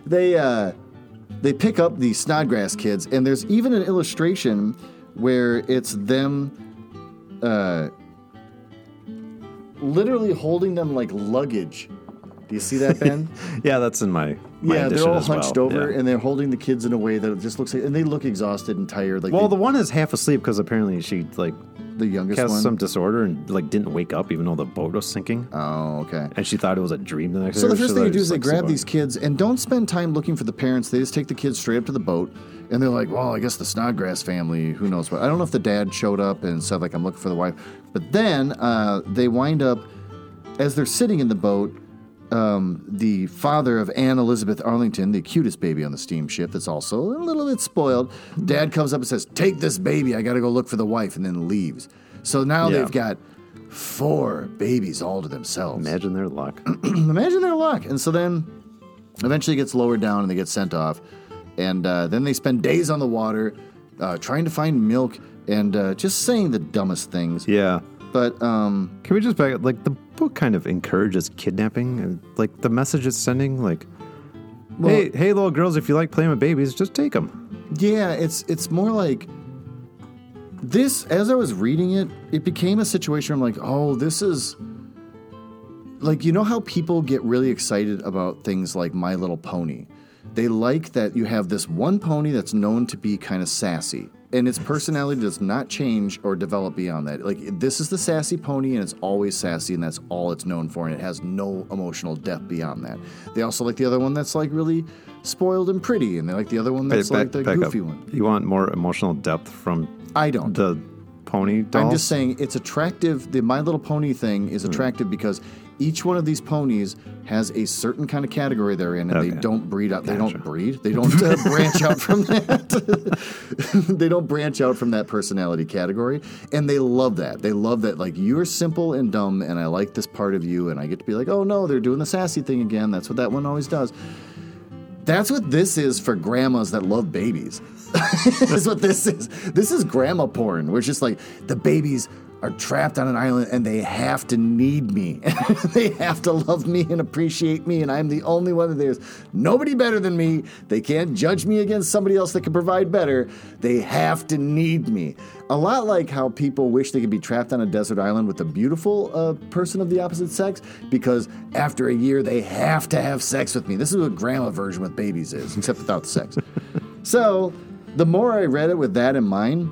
S3: they uh, they pick up the Snodgrass kids, and there's even an illustration where it's them uh, literally holding them like luggage. Do you see that, Ben?
S4: yeah, that's in my, my
S3: yeah, they're
S4: edition
S3: all
S4: as well.
S3: hunched over,
S4: Yeah.
S3: and they're holding the kids in a way that it just looks like, and they look exhausted and tired. Like,
S4: well,
S3: they-
S4: the one is half asleep because apparently she like
S3: the youngest
S4: Has
S3: one?
S4: some disorder and like didn't wake up even though the boat was sinking,
S3: oh, okay.
S4: and she thought it was a dream the next
S3: So
S4: day.
S3: the
S4: She
S3: first thing
S4: thought
S3: you
S4: it
S3: do
S4: was
S3: is they
S4: like
S3: grab
S4: some-
S3: these kids and don't spend time looking for the parents. They just take the kids straight up to the boat and they're like, well, I guess the Snodgrass family, who knows what. I don't know if the dad showed up and said, like, I'm looking for the wife. But then uh, they wind up, as they're sitting in the boat, um, the father of Anne Elizabeth Arlington, the cutest baby on the steamship that's also a little bit spoiled, dad comes up and says, Take this baby. I got to go look for the wife, and then leaves. So now
S4: Yeah.
S3: they've got four babies all to themselves.
S4: Imagine their luck.
S3: Imagine their luck. And so then eventually it gets lowered down and they get sent off. And uh, then they spend days on the water uh, trying to find milk and uh, just saying the dumbest things.
S4: yeah.
S3: But um,
S4: Can we just back up? Like, the book kind of encourages kidnapping. And, like, the message it's sending, like, hey, hey, little girls, if you like playing with babies, just take them.
S3: yeah, it's it's more like this. As I was reading it, it became a situation where I'm like, oh, this is like you know how people get really excited about things like My Little Pony. They like that you have this one pony that's known to be kind of sassy, and its personality does not change or develop beyond that. Like this is the sassy pony, and it's always sassy, and that's all it's known for, and it has no emotional depth beyond that. They also like the other one that's like really spoiled and pretty, and they like the other one that's like the goofy one.
S4: You want more emotional depth from
S3: I don't.
S4: the pony dolls?
S3: I'm just saying it's attractive. The My Little Pony thing is attractive because each one of these ponies has a certain kind of category they're in, and they
S4: Okay.
S3: don't breed out. They don't breed. They don't uh, branch out from that. they don't branch out from that personality category, and they love that. They love that. Like you're simple and dumb, and I like this part of you, and I get to be like, oh no, they're doing the sassy thing again. That's what that one always does. That's what this is for grandmas that love babies. That's what this is. This is grandma porn, where it's just like the babies are trapped on an island and they have to need me. they have to love me and appreciate me, and I'm the only one that there's nobody better than me. They can't judge me against somebody else that can provide better. They have to need me. A lot like how people wish they could be trapped on a desert island with a beautiful uh, person of the opposite sex because after a year they have to have sex with me. This is what grandma version with babies is, except without the sex. So, the more I read it with that in mind,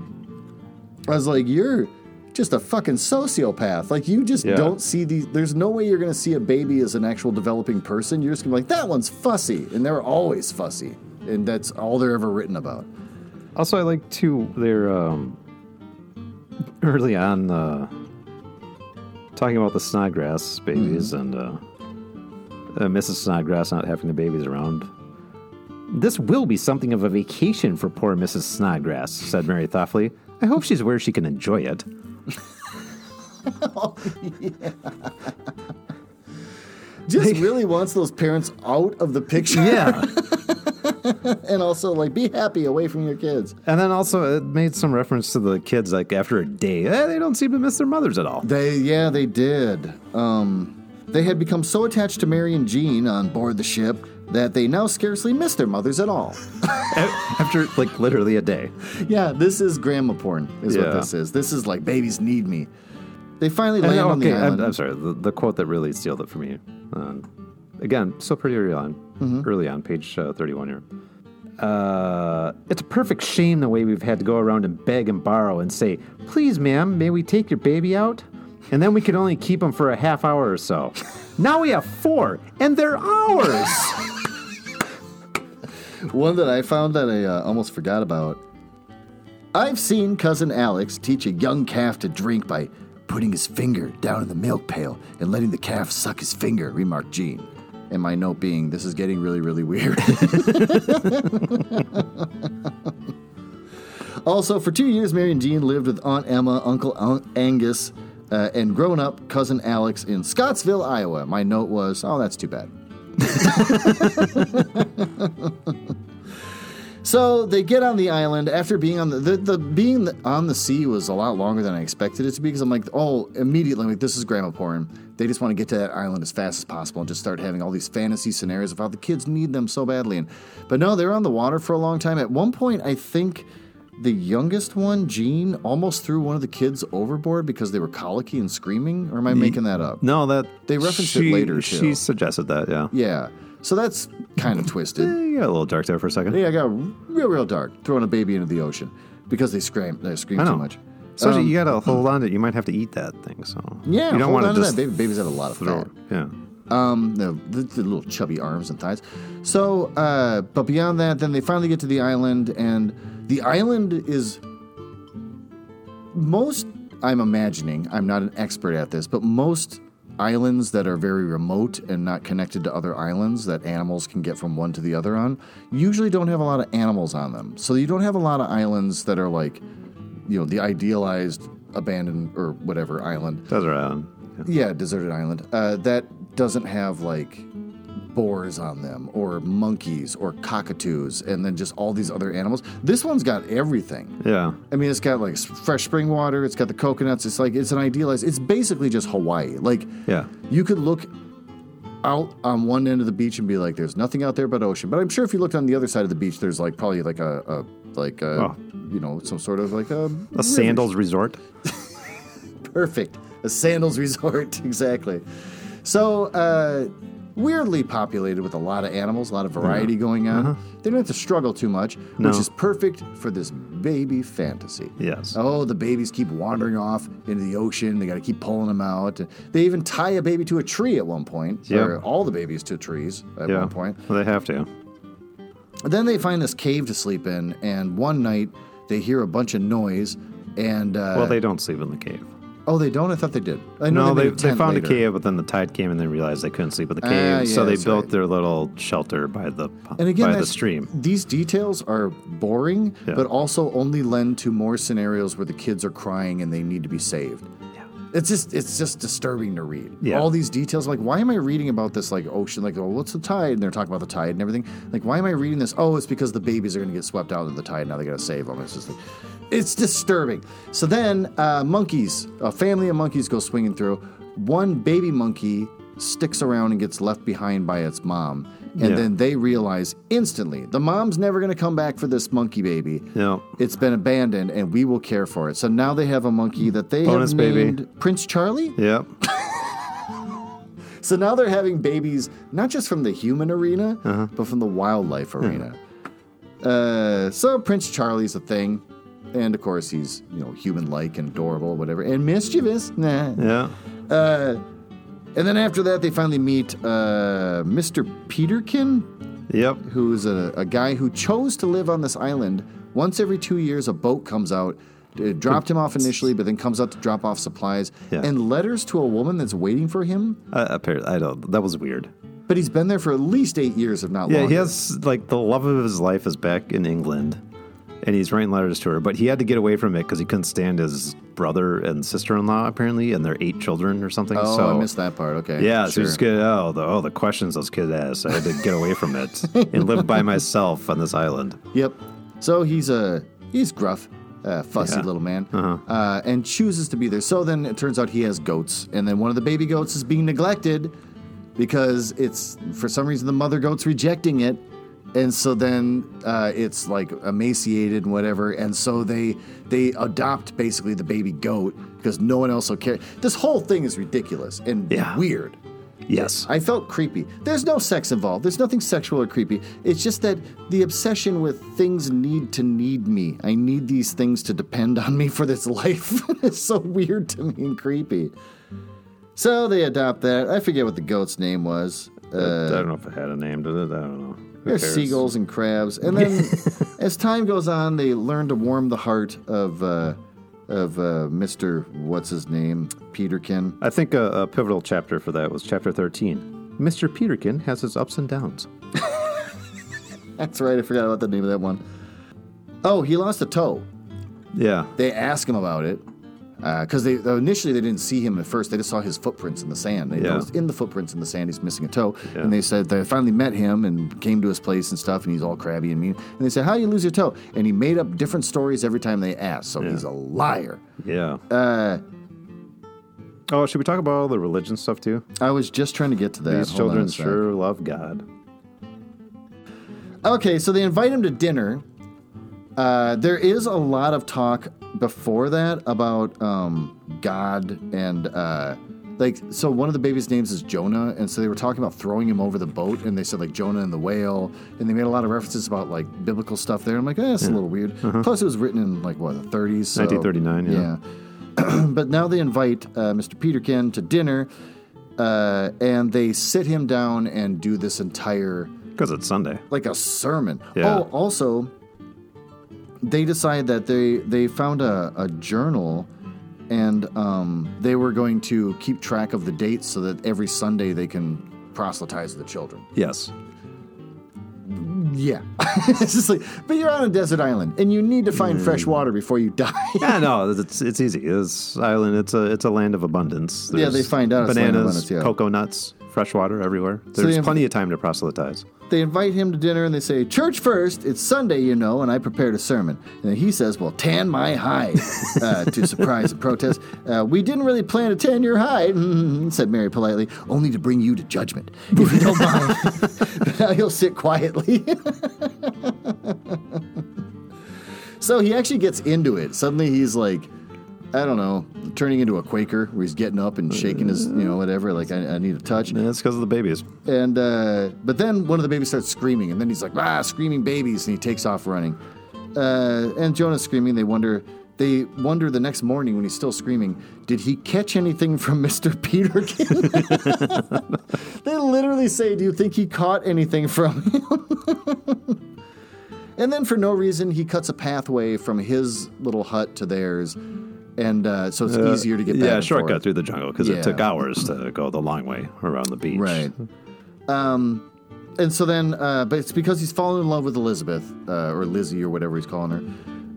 S3: I was like, you're just a fucking sociopath. Like, you just
S4: Yeah.
S3: don't see these. There's no way you're going to see a baby as an actual developing person. You're just going to be like, that one's fussy. And they're always fussy. And that's all they're ever written about.
S4: Also, I like to their um, early on uh, talking about the Snodgrass babies and uh, uh, Mrs. Snodgrass not having the babies around. This will be something of a vacation for poor Mrs. Snodgrass," said Mary thoughtfully. "I hope she's where she can enjoy it."
S3: Just really wants those parents out of the picture.
S4: Yeah,
S3: and also, like, be happy away from your kids.
S4: and then also it made some reference to the kids like after a day, eh, they don't seem to miss their mothers at all.
S3: They, yeah, they did. Um, they had become so attached to Mary and Jean on board the ship that they now scarcely miss their mothers at all.
S4: after like literally a day.
S3: yeah, this is grandma porn, is
S4: Yeah.
S3: what this is. This is like babies need me. They finally
S4: And,
S3: land on the
S4: okay, I'm,
S3: island.
S4: I'm sorry. The, the quote that really sealed it for me, um, again, so pretty early on,
S3: Mm-hmm.
S4: early on, page uh, 31 here. Uh, it's a perfect shame the way we've had to go around and beg and borrow and say, "Please, ma'am, may we take your baby out?" And then we could only keep them for a half hour or so. Now we have four, and they're ours.
S3: One that I found that I uh, almost forgot about. I've seen cousin Alex teach a young calf to drink by putting his finger down in the milk pail and letting the calf suck his finger, remarked Jean. And my note being, this is getting really, really weird. also, for two years, Mary and Jean lived with Aunt Emma, Uncle Aunt Angus, uh, and grown up cousin Alex in Scottsville, Iowa. My note was, oh, that's too bad. So they get on the island after being on the, the, the being on the sea was a lot longer than I expected it to be because I'm like, oh, immediately I'm like this is grandma porn. They just want to get to that island as fast as possible and just start having all these fantasy scenarios of how the kids need them so badly. And but no, they're on the water for a long time. At one point, I think the youngest one, Jean, almost threw one of the kids overboard because they were colicky and screaming. Or am I making that up?
S4: no, that
S3: They referenced it later,
S4: She
S3: too.
S4: suggested that. Yeah,
S3: Yeah. So that's kind of twisted.
S4: Eh, you got a little dark there
S3: Um,
S4: for a second.
S3: Yeah, I got real, real dark throwing a baby into the ocean because they scream, they scream
S4: I
S3: too
S4: know.
S3: much.
S4: So
S3: Um,
S4: you gotta hold on to it. You might have to eat that thing. So
S3: Yeah,
S4: you don't
S3: hold
S4: want
S3: on
S4: to
S3: to
S4: just
S3: that. Baby, babies have a lot of
S4: throw.
S3: fat.
S4: Yeah,
S3: Um, the, the, the little chubby arms and thighs. So, uh, but beyond that, then they finally get to the island, and the island is most. I'm imagining. I'm not an expert at this, but most islands that are very remote and not connected to other islands that animals can get from one to the other on usually don't have a lot of animals on them. So you don't have a lot of islands that are like, you know, the idealized abandoned or whatever island
S4: those are um, yeah.
S3: yeah, deserted island. Uh, that doesn't have like boars on them or monkeys or cockatoos and then just all these other animals. This one's got everything.
S4: yeah.
S3: I mean, it's got like s- fresh spring water, it's got the coconuts, it's like it's an idealized, it's basically just Hawaii. Like,
S4: Yeah.
S3: you could look out on one end of the beach and be like, there's nothing out there but ocean. But I'm sure if you looked on the other side of the beach, there's like probably like a, a like a,
S4: Oh.
S3: you know, some sort of like a,
S4: A sandals resort.
S3: perfect. A sandals resort, exactly. So, uh, weirdly populated with a lot of animals, a lot of variety going on. They don't have to struggle too much,
S4: Uh-huh. No.
S3: which is perfect for this baby fantasy.
S4: Yes.
S3: Oh, the babies keep wandering off into the ocean. They got to keep pulling them out. They even tie a baby to a tree at one point,
S4: Yep.
S3: or all the babies to trees at
S4: yeah.
S3: one point.
S4: Well, they have to.
S3: Then they find this cave to sleep in, and one night they hear a bunch of noise. And uh,
S4: Well, they don't sleep in the cave.
S3: oh, they don't. I thought they did. I know
S4: No,
S3: made
S4: they,
S3: a
S4: they
S3: tent
S4: found
S3: later.
S4: a cave, but then the tide came and they realized they couldn't sleep in the cave,
S3: Ah, yeah,
S4: so they
S3: that's
S4: built
S3: right.
S4: their little shelter by the
S3: and again,
S4: by the
S3: that's-
S4: stream.
S3: These details are boring,
S4: Yeah.
S3: but also only lend to more scenarios where the kids are crying and they need to be saved.
S4: Yeah.
S3: It's just it's just disturbing to read.
S4: Yeah.
S3: All these details, like why am I reading about this like ocean? Like, oh, what's the tide? And they're talking about the tide and everything. Like, why am I reading this? Oh, it's because the babies are going to get swept out into the tide. Now they got to save them. It's just like, it's disturbing. So then, uh, monkeys, a family of monkeys go swinging through. One baby monkey sticks around and gets left behind by its mom, and
S4: Yeah.
S3: then they realize instantly the mom's never going to come back for this monkey baby.
S4: No.
S3: It's been abandoned, and we will care for it. So now they have a monkey that they
S4: Bonus
S3: have
S4: baby.
S3: named Prince Charlie.
S4: Yep.
S3: So now they're having babies not just from the human arena,
S4: Uh-huh.
S3: but from the wildlife arena. Uh, so Prince Charlie's a thing, and of course he's you know human-like and adorable, whatever, and mischievous. Nah.
S4: Yeah.
S3: And then after that, they finally meet uh, Mr. Peterkin,
S4: Yep.
S3: who is a, a guy who chose to live on this island. Once every two years, a boat comes out. It dropped him off initially, but then comes out to drop off supplies
S4: Yeah.
S3: and letters to a woman that's waiting for him.
S4: Uh, apparently, I don't. That was weird.
S3: But he's been there for at least eight years, if not
S4: Yeah,
S3: longer.
S4: he has like the love of his life is back in England, and he's writing letters to her. But he had to get away from it because he couldn't stand his brother and sister-in-law apparently, and their eight children or something.
S3: Oh,
S4: so
S3: I missed that part. Okay.
S4: Yeah, so
S3: sure.
S4: he's good. Oh, the oh the questions those kids ask. I had to get away from it and live by myself on this island.
S3: Yep. So he's a he's gruff, uh, fussy
S4: Yeah. Uh-huh.
S3: little man, uh and chooses to be there. So then it turns out he has goats, and then one of the baby goats is being neglected because it's for some reason the mother goat's rejecting it. And so then uh, it's like emaciated and whatever, and so they they adopt basically the baby goat because no one else will care. This whole thing is ridiculous and
S4: Yeah.
S3: weird.
S4: Yes.
S3: I felt creepy. There's no sex involved. There's nothing sexual or creepy. It's just that the obsession with things need to need me. I need these things to depend on me for this life. it's so weird to me and creepy. So they adopt that. I forget what the goat's name was.
S4: I don't know if it had a name. Did it? I don't know. Who
S3: There's
S4: cares?
S3: seagulls and crabs, and then as time goes on, they learn to warm the heart of uh, of uh, Mister What's his name Peterkin.
S4: I think a, a pivotal chapter for that was chapter 13. Mr. Peterkin has his ups and downs.
S3: That's right. I forgot about the name of that one. Oh, he lost a toe.
S4: Yeah.
S3: they ask him about it because they though initially they didn't see him at first. They just saw his footprints in the sand. They
S4: Yeah.
S3: noticed in the footprints in the sand he's missing a toe, and they said they finally met him and came to his place and stuff, and he's all crabby and mean. And they said, "How you lose your toe?" And he made up different stories every time they asked. So he's a liar.
S4: Yeah. Uh, oh, should we talk about all the religion stuff too?
S3: I was just trying to get to that.
S4: These
S3: Hold on a
S4: children
S3: sec.
S4: sure love God.
S3: Okay, so they invite him to dinner. Uh, there is a lot of talk before that about um, God and uh, Like, so one of the baby's names is Jonah, and so they were talking about throwing him over the boat, and they said like Jonah and the whale, and they made a lot of references about like biblical stuff there. I'm like, eh, that's a little weird. Plus, it was written in like what the 30s, so-
S4: 1939, yeah.
S3: but now they invite uh, Mr. Peterkin to dinner, uh, and they sit him down and do this entire
S4: Because it's Sunday.
S3: like a sermon.
S4: Yeah.
S3: Oh, also, they decide that they they found a, a journal, and um, they were going to keep track of the dates so that every Sunday they can proselytize the children.
S4: Yes.
S3: Yeah, it's just like, but you're on a desert island and you need to find fresh water before you die.
S4: Yeah, no, it's it's easy. This island, it's a it's a land of abundance.
S3: Yeah, they find out it's land of
S4: bananas,
S3: abundance, yeah.
S4: cocoa nuts, fresh water everywhere. There's
S3: they-
S4: plenty of time to proselytize.
S3: They invite him to dinner and they say, Church first, it's Sunday, you know, and I prepared a sermon. And he says, Well, tan my hide uh, to surprise and protest. Uh, we didn't really plan to tan your hide, mm, said Mary politely, only to bring you to judgment. If you don't mind, but now you'll sit quietly. so he actually gets into it. Suddenly he's like, I don't know, turning into a Quaker where he's getting up and shaking his, you know, whatever, like, I, I need a touch.
S4: And it's because of the babies.
S3: And uh, but then one of the babies starts screaming, and then he's like, "Ah, screaming babies!" and he takes off running. Uh, and Jonah's screaming. They wonder. They wonder the next morning when he's still screaming, did he catch anything from Mr. Peterkin? they literally say, do you think he caught anything from him? and then for no reason, he cuts a pathway from his little hut to theirs, and uh, so it's
S4: Uh,
S3: easier to get back.
S4: Yeah,
S3: and
S4: shortcut
S3: forth.
S4: through the jungle because
S3: Yeah.
S4: it took hours to go the long way around the beach.
S3: Right. Um, and so then, uh, but it's because he's fallen in love with Elizabeth uh, or Lizzie or whatever he's calling her,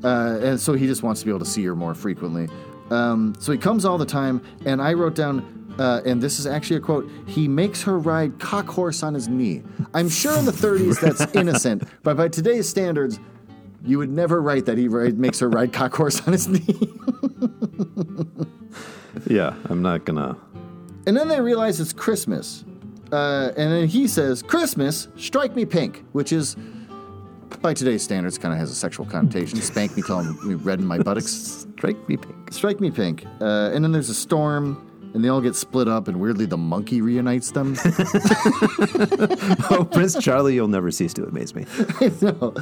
S3: uh, and so he just wants to be able to see her more frequently. Um, so he comes all the time, and I wrote down, uh, and this is actually a quote: "He makes her ride cock horse on his knee." I'm sure in the 30s that's innocent, but by today's standards, you would never write that he ride, makes her ride cock horse on his knee.
S4: Yeah, I'm not gonna.
S3: And then they realize it's Christmas. Uh, and then he says, Christmas, strike me pink, which is, by today's standards, kind of has a sexual connotation. Spank me till I'm red in my buttocks.
S4: Strike me pink.
S3: Strike me pink. Uh, and then there's a storm, and they all get split up, and weirdly, the monkey reunites them.
S4: oh, Prince Charlie, you'll never cease to amaze me.
S3: no.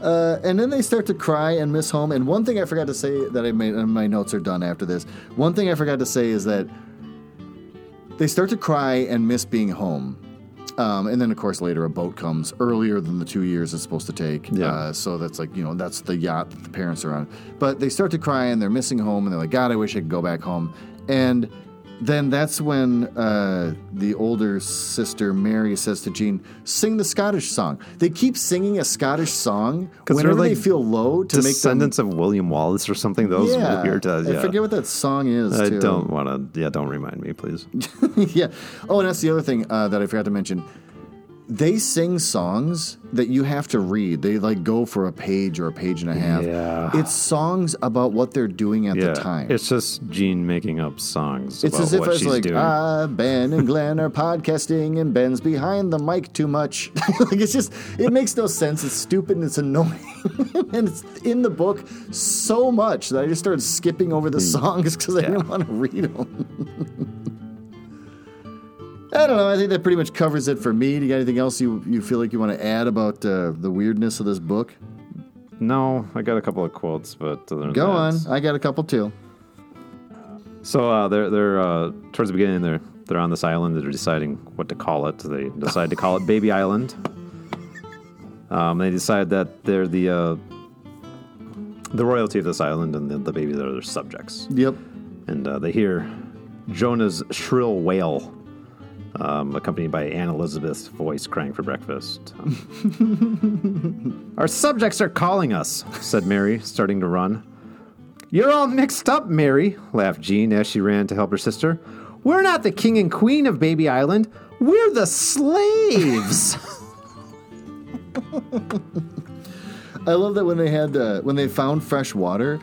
S3: Uh, and then they start to cry and miss home. And one thing I forgot to say that I made, and my notes are done after this. One thing I forgot to say is that they start to cry and miss being home. Um, and then, of course, later a boat comes earlier than the two years it's supposed to take.
S4: Yeah.
S3: Uh, so that's like, you know, that's the yacht that the parents are on. But they start to cry and they're missing home and they're like, God, I wish I could go back home. And then that's when uh, the older sister, Mary, says to Jean, sing the Scottish song. They keep singing a Scottish song
S4: 'Cause they're,
S3: whenever they
S4: like,
S3: feel low to make them.
S4: Descendants of William Wallace or something. Those
S3: yeah,
S4: weird. Uh, yeah.
S3: I forget what that song is.
S4: I
S3: too.
S4: don't want to. Yeah, don't remind me, please.
S3: yeah. Oh, and that's the other thing uh, that I forgot to mention. They sing songs that you have to read. They like go for a page or a page and a half.
S4: Yeah.
S3: It's songs about what they're doing at
S4: yeah,
S3: the time.
S4: it's just Jean making up songs
S3: It's
S4: about
S3: as if
S4: what
S3: I was
S4: she's
S3: like,
S4: doing.
S3: ah, Ben and Glenn are podcasting, and Ben's behind the mic too much. like it's just, it makes no sense. It's stupid and it's annoying, and it's in the book so much that I just started skipping over the
S4: Hmm.
S3: songs because I didn't want to read them. I don't know. I think that pretty much covers it for me. Do you got anything else you you feel like you want to add about uh, the weirdness of this book?
S4: no, I got a couple of quotes, but other than
S3: Go
S4: that,
S3: on.
S4: it's-
S3: I got a couple too.
S4: So uh, they're they're uh, towards the beginning. They're they're on this island. They're deciding what to call it. They decide to call it Baby Island. Um, they decide that they're the uh, the royalty of this island, and the, the babies are their subjects.
S3: Yep.
S4: And uh, they hear Jonah's shrill wail, um, accompanied by Anne Elizabeth's voice crying for breakfast. Um, Our subjects are calling us," said Mary, starting to run. You're all mixed up, Mary, laughed Jean as she ran to help her sister. We're not the king and queen of Baby Island. We're the slaves.
S3: I love that when they had uh, when they found fresh water,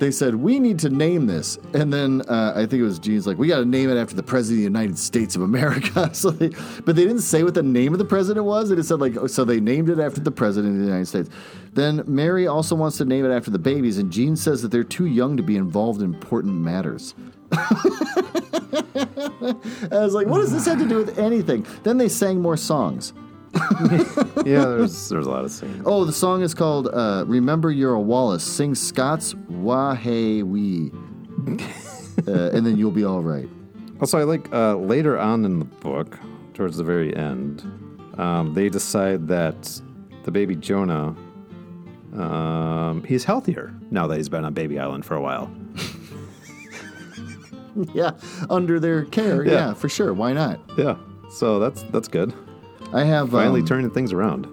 S3: they said we need to name this, and then uh, I think it was Gene's like we got to name it after the president of the United States of America. so, they, but they didn't say what the name of the president was. They just said like oh, so they named it after the president of the United States. Then Mary also wants to name it after the babies, and Gene says that they're too young to be involved in important matters. I was like, what does this have to do with anything? Then they sang more songs.
S4: Yeah, there's there's a lot of singing.
S3: Oh, the song is called uh, Remember You're a Wallace. Sing Scots Wah Hey Wee. uh, and then you'll be all right.
S4: Also, I like uh, later on in the book, towards the very end, um, they decide that the baby Jonah, um, he's healthier now that he's been on Baby Island for a while.
S3: Yeah, under their care. Yeah,
S4: Yeah.
S3: for sure. Why not?
S4: Yeah, so that's that's good.
S3: I have
S4: Finally
S3: um,
S4: turning things around.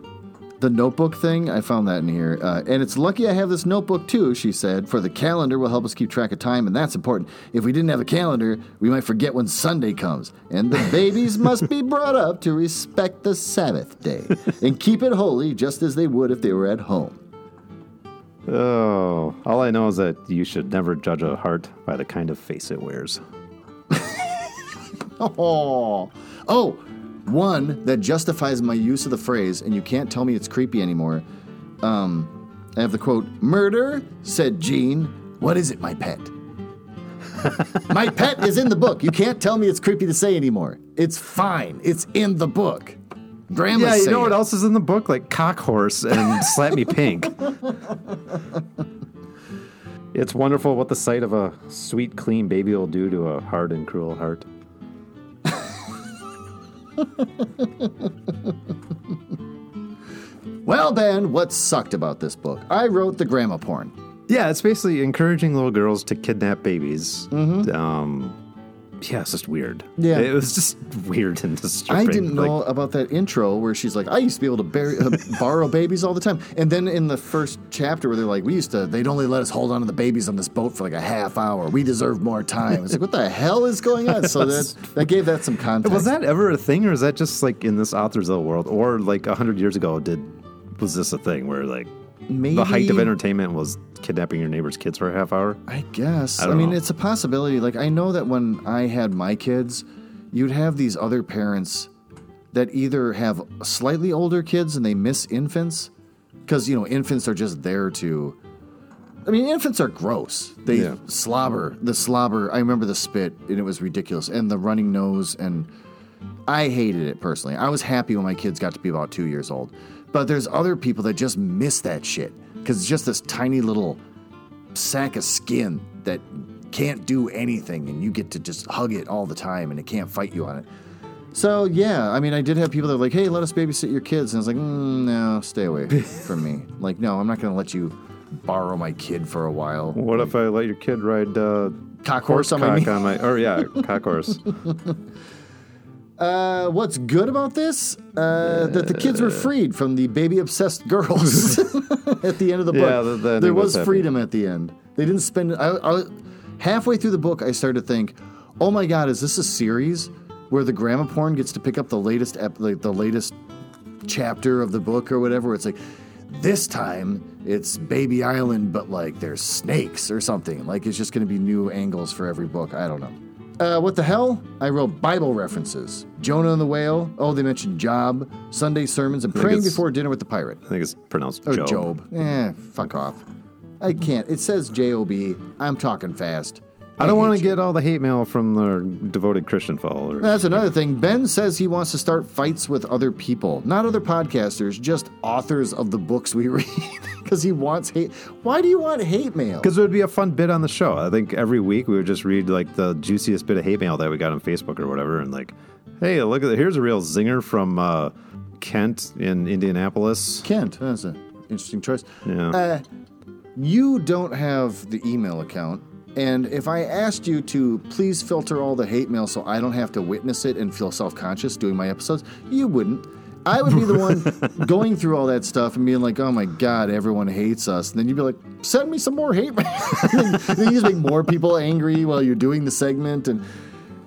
S3: the notebook thing. I found that in here. Uh, and it's lucky I have this notebook too, she said, for the calendar will help us keep track of time, and that's important. If we didn't have a calendar, we might forget when Sunday comes. And the babies must be brought up to respect the Sabbath day and keep it holy just as they would if they were at home.
S4: Oh, all I know is that you should never judge a heart by the kind of face it wears.
S3: Oh, oh, one that justifies my use of the phrase, and you can't tell me it's creepy anymore. Um, I have the quote: "Murder," said Jean. What is it, my pet? my pet is in the book. You can't tell me it's creepy to say anymore. It's fine. It's in the book. Grandma
S4: Yeah, you
S3: said
S4: know what
S3: it.
S4: else is in the book? Like cock horse and slap me pink. it's wonderful what the sight of a sweet, clean baby will do to a hard and cruel heart.
S3: Well, Ben, what sucked about this book? I wrote the grandma porn.
S4: Yeah, it's basically encouraging little girls to kidnap babies. Um, yeah, it's just weird.
S3: Mm-hmm. Yeah.
S4: it was just weird and disturbing.
S3: I didn't
S4: Like,
S3: know about that intro where she's like, I used to be able to bury, uh, borrow babies all the time. And then in the first chapter where they're like, we used to, they'd only let us hold on to the babies on this boat for like a half hour. We deserve more time. It's like, what the hell is going on? So that, that gave that some context.
S4: Was that ever a thing, or is that just like in this author's little world, or like a hundred years ago? Did was this a thing where like
S3: Maybe,
S4: the height of entertainment was kidnapping your neighbor's kids for a half hour?
S3: I guess. I,
S4: don't
S3: mean,
S4: know.
S3: it's a possibility. Like, I know that when I had my kids, you'd have these other parents that either have slightly older kids and they miss infants because, you know, infants are just there to. I mean, infants are gross. They
S4: Yeah.
S3: slobber. The slobber. I remember the spit, and it was ridiculous. And the running nose, and I hated it personally. I was happy when my kids got to be about two years old, but there's other people that just miss that shit because it's just this tiny little sack of skin that can't do anything, and you get to just hug it all the time, and it can't fight you on it. So yeah, I mean, I did have people that were like, "Hey, let us babysit your kids," and I was like, mm, "No, stay away from me. Like, no, I'm not going to let you borrow my kid for a while."
S4: What if I let your kid ride uh,
S3: Cock horse on my knee.
S4: on my? Or yeah, cock horse.
S3: Uh, what's good about this? Uh, that the kids were freed from the baby obsessed girls at the end of the book.
S4: Yeah, the- the ending
S3: there was
S4: was happy.
S3: freedom at the end. They didn't spend. I, I, halfway through the book, I started to think, "Oh my God, is this a series where the grandma porn gets to pick up the latest ep- like the latest chapter of the book or whatever?" Where it's like. This time it's Baby Island, but like there's snakes or something. Like it's just going to be new angles for every book. I don't know. Uh, what the hell? I wrote Bible references. Jonah and the whale. Oh, they mentioned Job, Sunday sermons, and praying
S4: it's-
S3: before dinner with the pirate.
S4: I think it's pronounced
S3: Or
S4: Job.
S3: Job. Eh, fuck off. I can't. It says J O B. I'm talking fast.
S4: I don't want
S3: hate
S4: to get all the hate mail from the devoted Christian followers.
S3: That's another thing. Ben says he wants to start fights with other people, not other podcasters, just authors of the books we read, because he wants hate. Why do you want hate mail?
S4: Because it would be a fun bit on the show. I think every week we would just read like the juiciest bit of hate mail that we got on Facebook or whatever, and like, hey, look at here's a real zinger from uh, Kent in Indianapolis.
S3: Kent. That's an interesting choice.
S4: Yeah.
S3: Uh, you don't have the email account. And if I asked you to please filter all the hate mail so I don't have to witness it and feel self conscious doing my episodes, you wouldn't. I would be the one going through all that stuff and being like, oh my God, everyone hates us. And then you'd be like, send me some more hate mail. and then you just make more people angry while you're doing the segment. And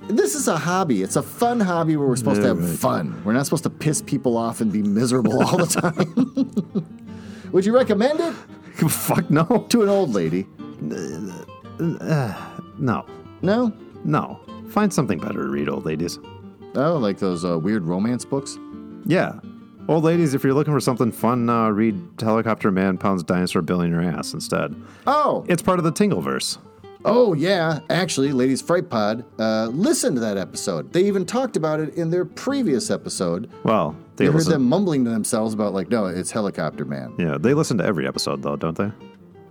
S3: this is a hobby. It's a fun hobby where we're supposed to have fun. We're not supposed to piss people off and be miserable all the time. Would you recommend it?
S4: Fuck no,
S3: to an old lady.
S4: no,
S3: No?
S4: no. Find something better to read, old ladies.
S3: Oh, like those uh, weird romance books?
S4: Yeah, old ladies, if you're looking for something fun, uh, read Helicopter Man pounds dinosaur bill in your ass instead.
S3: Oh,
S4: It's part of the Tingleverse.
S3: Oh, yeah. Actually, Ladies Fright Pod, uh, listen to that episode. They even talked about it in their previous episode.
S4: Well, they
S3: You heard
S4: listen.
S3: them mumbling to themselves about, like, no, it's Helicopter Man.
S4: Yeah, they listen to every episode though, don't they?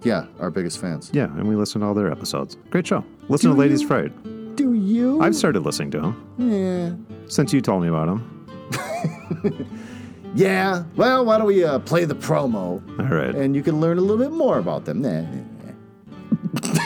S3: Yeah, our biggest fans.
S4: Yeah, and we listen to all their episodes. Great show. Listen to Ladies Fright.
S3: Do you?
S4: I've started listening to them
S3: yeah.
S4: since you told me about them.
S3: Yeah. Well, why don't we uh, play the promo
S4: All right.
S3: and you can learn a little bit more about them? Nah, nah, nah.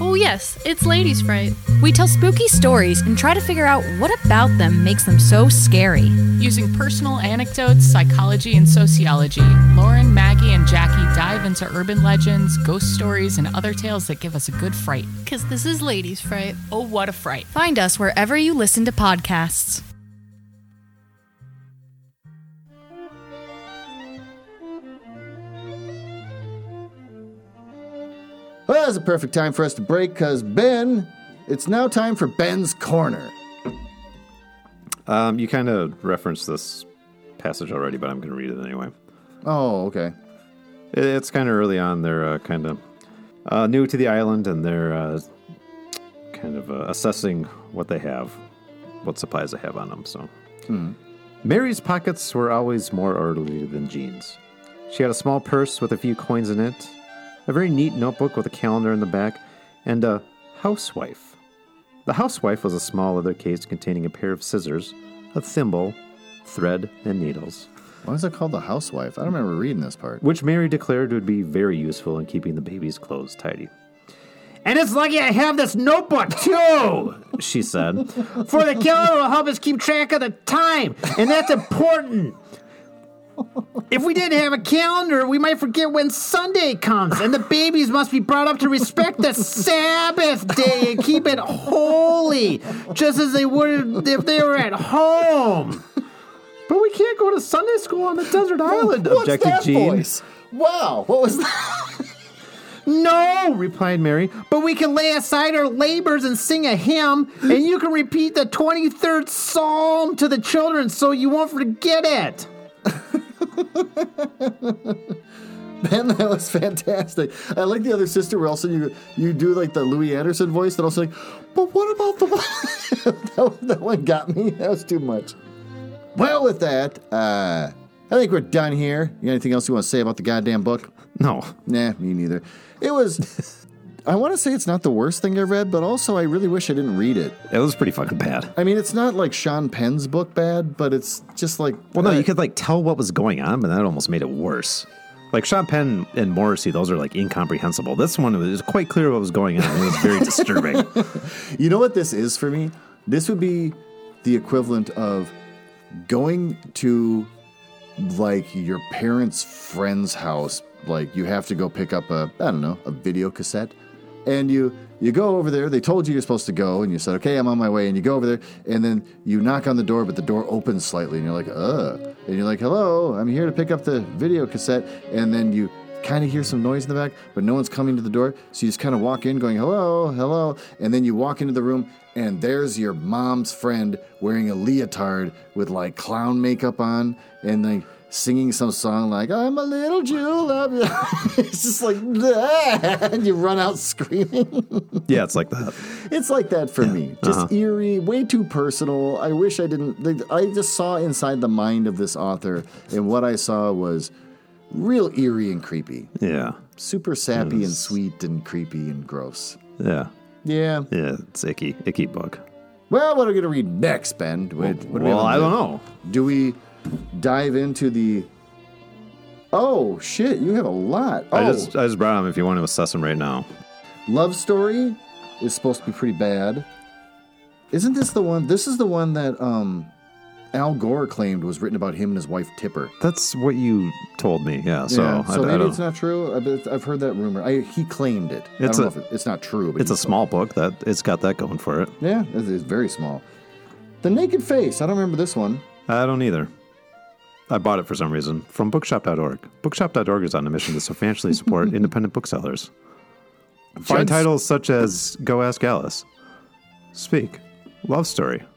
S5: Oh, yes, it's Ladies' Fright.
S6: We tell spooky stories and try to figure out what about them makes them so scary.
S5: Using personal anecdotes, psychology, and sociology, Lauren, Maggie, and Jackie dive into urban legends, ghost stories, and other tales that give us a good fright. Because this is Ladies' Fright. Oh, what a fright.
S6: Find us wherever you listen to podcasts.
S3: Well, that's a perfect time for us to break because Ben, it's now time for Ben's Corner.
S4: Um, you kind of referenced this passage already, but I'm going to read it anyway.
S3: Oh, okay.
S4: It- It's kind of early on. They're uh, kind of uh, new to the island, and they're uh, kind of uh, assessing what they have, what supplies they have on them. So, Mary's pockets were always more orderly than Jean's. She had a small purse with a few coins in it, a very neat notebook with a calendar in the back, and a housewife. The housewife was a small leather case containing a pair of scissors, a thimble, thread, and needles
S3: Why is it called the housewife? I don't remember reading this part.
S4: which Mary declared would be very useful in keeping the baby's clothes tidy. And it's lucky I have this notebook, too, she said. For the calendar will help us keep track of the time, and that's important. If we didn't have a calendar, we might forget when Sunday comes, and the babies must be brought up to respect the Sabbath day and keep it holy, just as they would if they were at home. But we can't go to Sunday school on the desert island,
S3: What's
S4: objected
S3: that
S4: Jean.
S3: voice? Wow, what was that?
S4: No, replied Mary, but we can lay aside our labors and sing a hymn, and you can repeat the 23rd psalm to the children so you won't forget it.
S3: Ben, that was fantastic. I like the other sister where also you you do like the Louis Anderson voice, then also like, but what about the one? that, one- that one got me. That was too much. Well, with that, uh, I think we're done here. You got anything else you want to say about the goddamn book?
S4: No.
S3: Nah, me neither. It was. I want to say it's not the worst thing I've read, but also I really wish I didn't read it.
S4: It was pretty fucking bad.
S3: I mean, it's not like Sean Penn's book bad, but it's just like.
S4: Well, no,
S3: uh,
S4: you could like tell what was going on, but that almost made it worse. Like Sean Penn and Morrissey, those are like incomprehensible. This one was quite clear what was going on. It was very disturbing.
S3: You know what this is for me? This would be the equivalent of going to like your parents' friend's house. Like you have to go pick up a I don't know a video cassette, and you you go over there. They told you you're supposed to go, and you said okay, I'm on my way. And you go over there, and then you knock on the door, but the door opens slightly, and you're like uh, and you're like hello, I'm here to pick up the video cassette, and then you kind of hear some noise in the back, but no one's coming to the door. So you just kind of walk in going, hello, hello. And then you walk into the room, and there's your mom's friend wearing a leotard with like clown makeup on and like singing some song like, I'm a little Jew. I'm a-" it's just like, "Ah," and you run out screaming.
S4: yeah, it's like that.
S3: It's like that for me. Just
S4: Uh-huh.
S3: eerie, way too personal. I wish I didn't. I just saw inside the mind of this author, and what I saw was real eerie and creepy
S4: Yeah.
S3: super sappy and sweet and creepy and gross.
S4: Yeah.
S3: Yeah.
S4: Yeah, it's icky, icky book.
S3: Well, what are we gonna read next, Ben? Do we- what do we
S4: well,
S3: have
S4: I
S3: in
S4: don't
S3: mind?
S4: know.
S3: Do we dive into the? Oh shit! You have a lot. Oh,
S4: I just I just brought them if you want to assess them right now.
S3: love story is supposed to be pretty bad. Isn't this the one? This is the one that um, Al Gore claimed was written about him and his wife Tipper.
S4: That's what you told me. Yeah. So,
S3: yeah,
S4: I,
S3: so
S4: I
S3: maybe
S4: don't-
S3: it's not true. I've, I've heard that rumor. I, he claimed it. I
S4: It's
S3: don't
S4: a-
S3: know if it- it's not true. But
S4: it's
S3: he
S4: a small book that it's got that going for it.
S3: Yeah, it is very small. The Naked Face. I don't remember this one.
S4: I don't either. I bought it for some reason from bookshop.org. Bookshop.org is on a mission to substantially support independent booksellers. Find
S3: Judd's-
S4: titles such as Go Ask Alice, Speak, Love Story.
S3: Oh,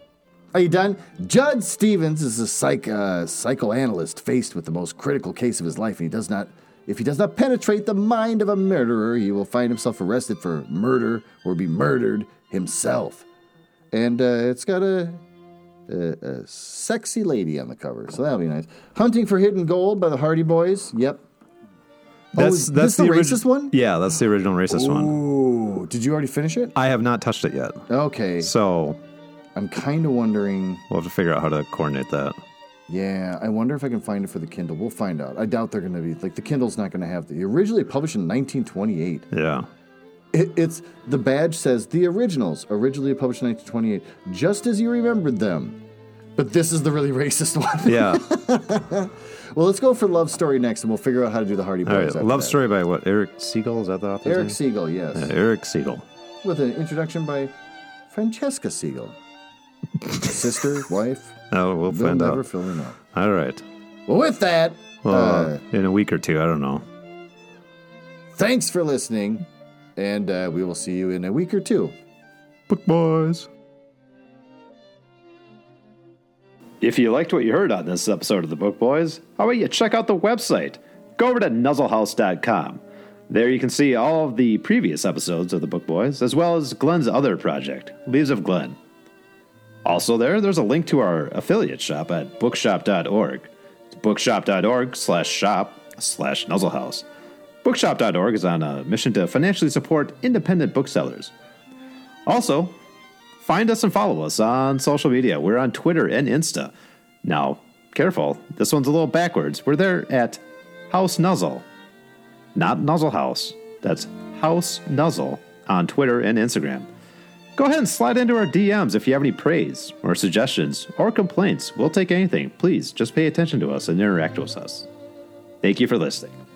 S3: Are you done? Judd Stevens is a psych, uh, psychoanalyst faced with the most critical case of his life, and he does not. If he does not penetrate the mind of a murderer, he will find himself arrested for murder or be murdered himself. And uh, it's got a, a, a sexy lady on the cover, so that'll be nice. Hunting for Hidden Gold by the Hardy Boys. Yep. Oh, is this the
S4: orig-
S3: racist one? Oh.
S4: Yeah, that's the original racist one.
S3: Ooh, did you already finish it?
S4: I have not touched it yet,
S3: Okay,
S4: so
S3: I'm kind of wondering.
S4: we'll have to figure out how to coordinate that.
S3: Yeah, I wonder if I can find it for the Kindle. We'll find out. I doubt they're going to be like the Kindle's not going to have the originally published in 1928.
S4: Yeah,
S3: It, it's the badge says the originals originally published in 1928, just as you remembered them. But this is the really racist one.
S4: yeah.
S3: well, let's go for Love Story next, and we'll figure out how to do the Hardy Boys.
S4: All right,
S3: after
S4: Love
S3: that.
S4: Story by what? Eric Siegel is that the author?
S3: Eric Siegel, yes,
S4: Eric Siegel.
S3: with an introduction by Francesca Siegel, sister, wife.
S4: Oh, we'll
S3: They'll
S4: find
S3: never
S4: out.
S3: fill me up.
S4: All right.
S3: Well, with that,
S4: Well,
S3: uh,
S4: uh, in a week or two, I don't know.
S3: Thanks for listening, and uh, we will see you in a week or two.
S4: Book boys.
S7: If you liked what you heard on this episode of the Book Boys, how about you check out the website? Go over to nuzzlehouse.com. There you can see all of the previous episodes of the Book Boys, as well as Glenn's other project, Leaves of Glen. Also there, there's a link to our affiliate shop at bookshop.org. It's bookshop.org slash shop slash nuzzlehouse. Bookshop.org is on a mission to financially support independent booksellers. Also, Find us and follow us on social media. We're on Twitter and Insta. Now, careful, this one's a little backwards. We're there at House Nuzzle, not Nuzzle House. That's House Nuzzle on Twitter and Instagram. Go ahead and slide into our DMs if you have any praise or suggestions or complaints. We'll take anything. Please just pay attention to us and interact with us. Thank you for listening.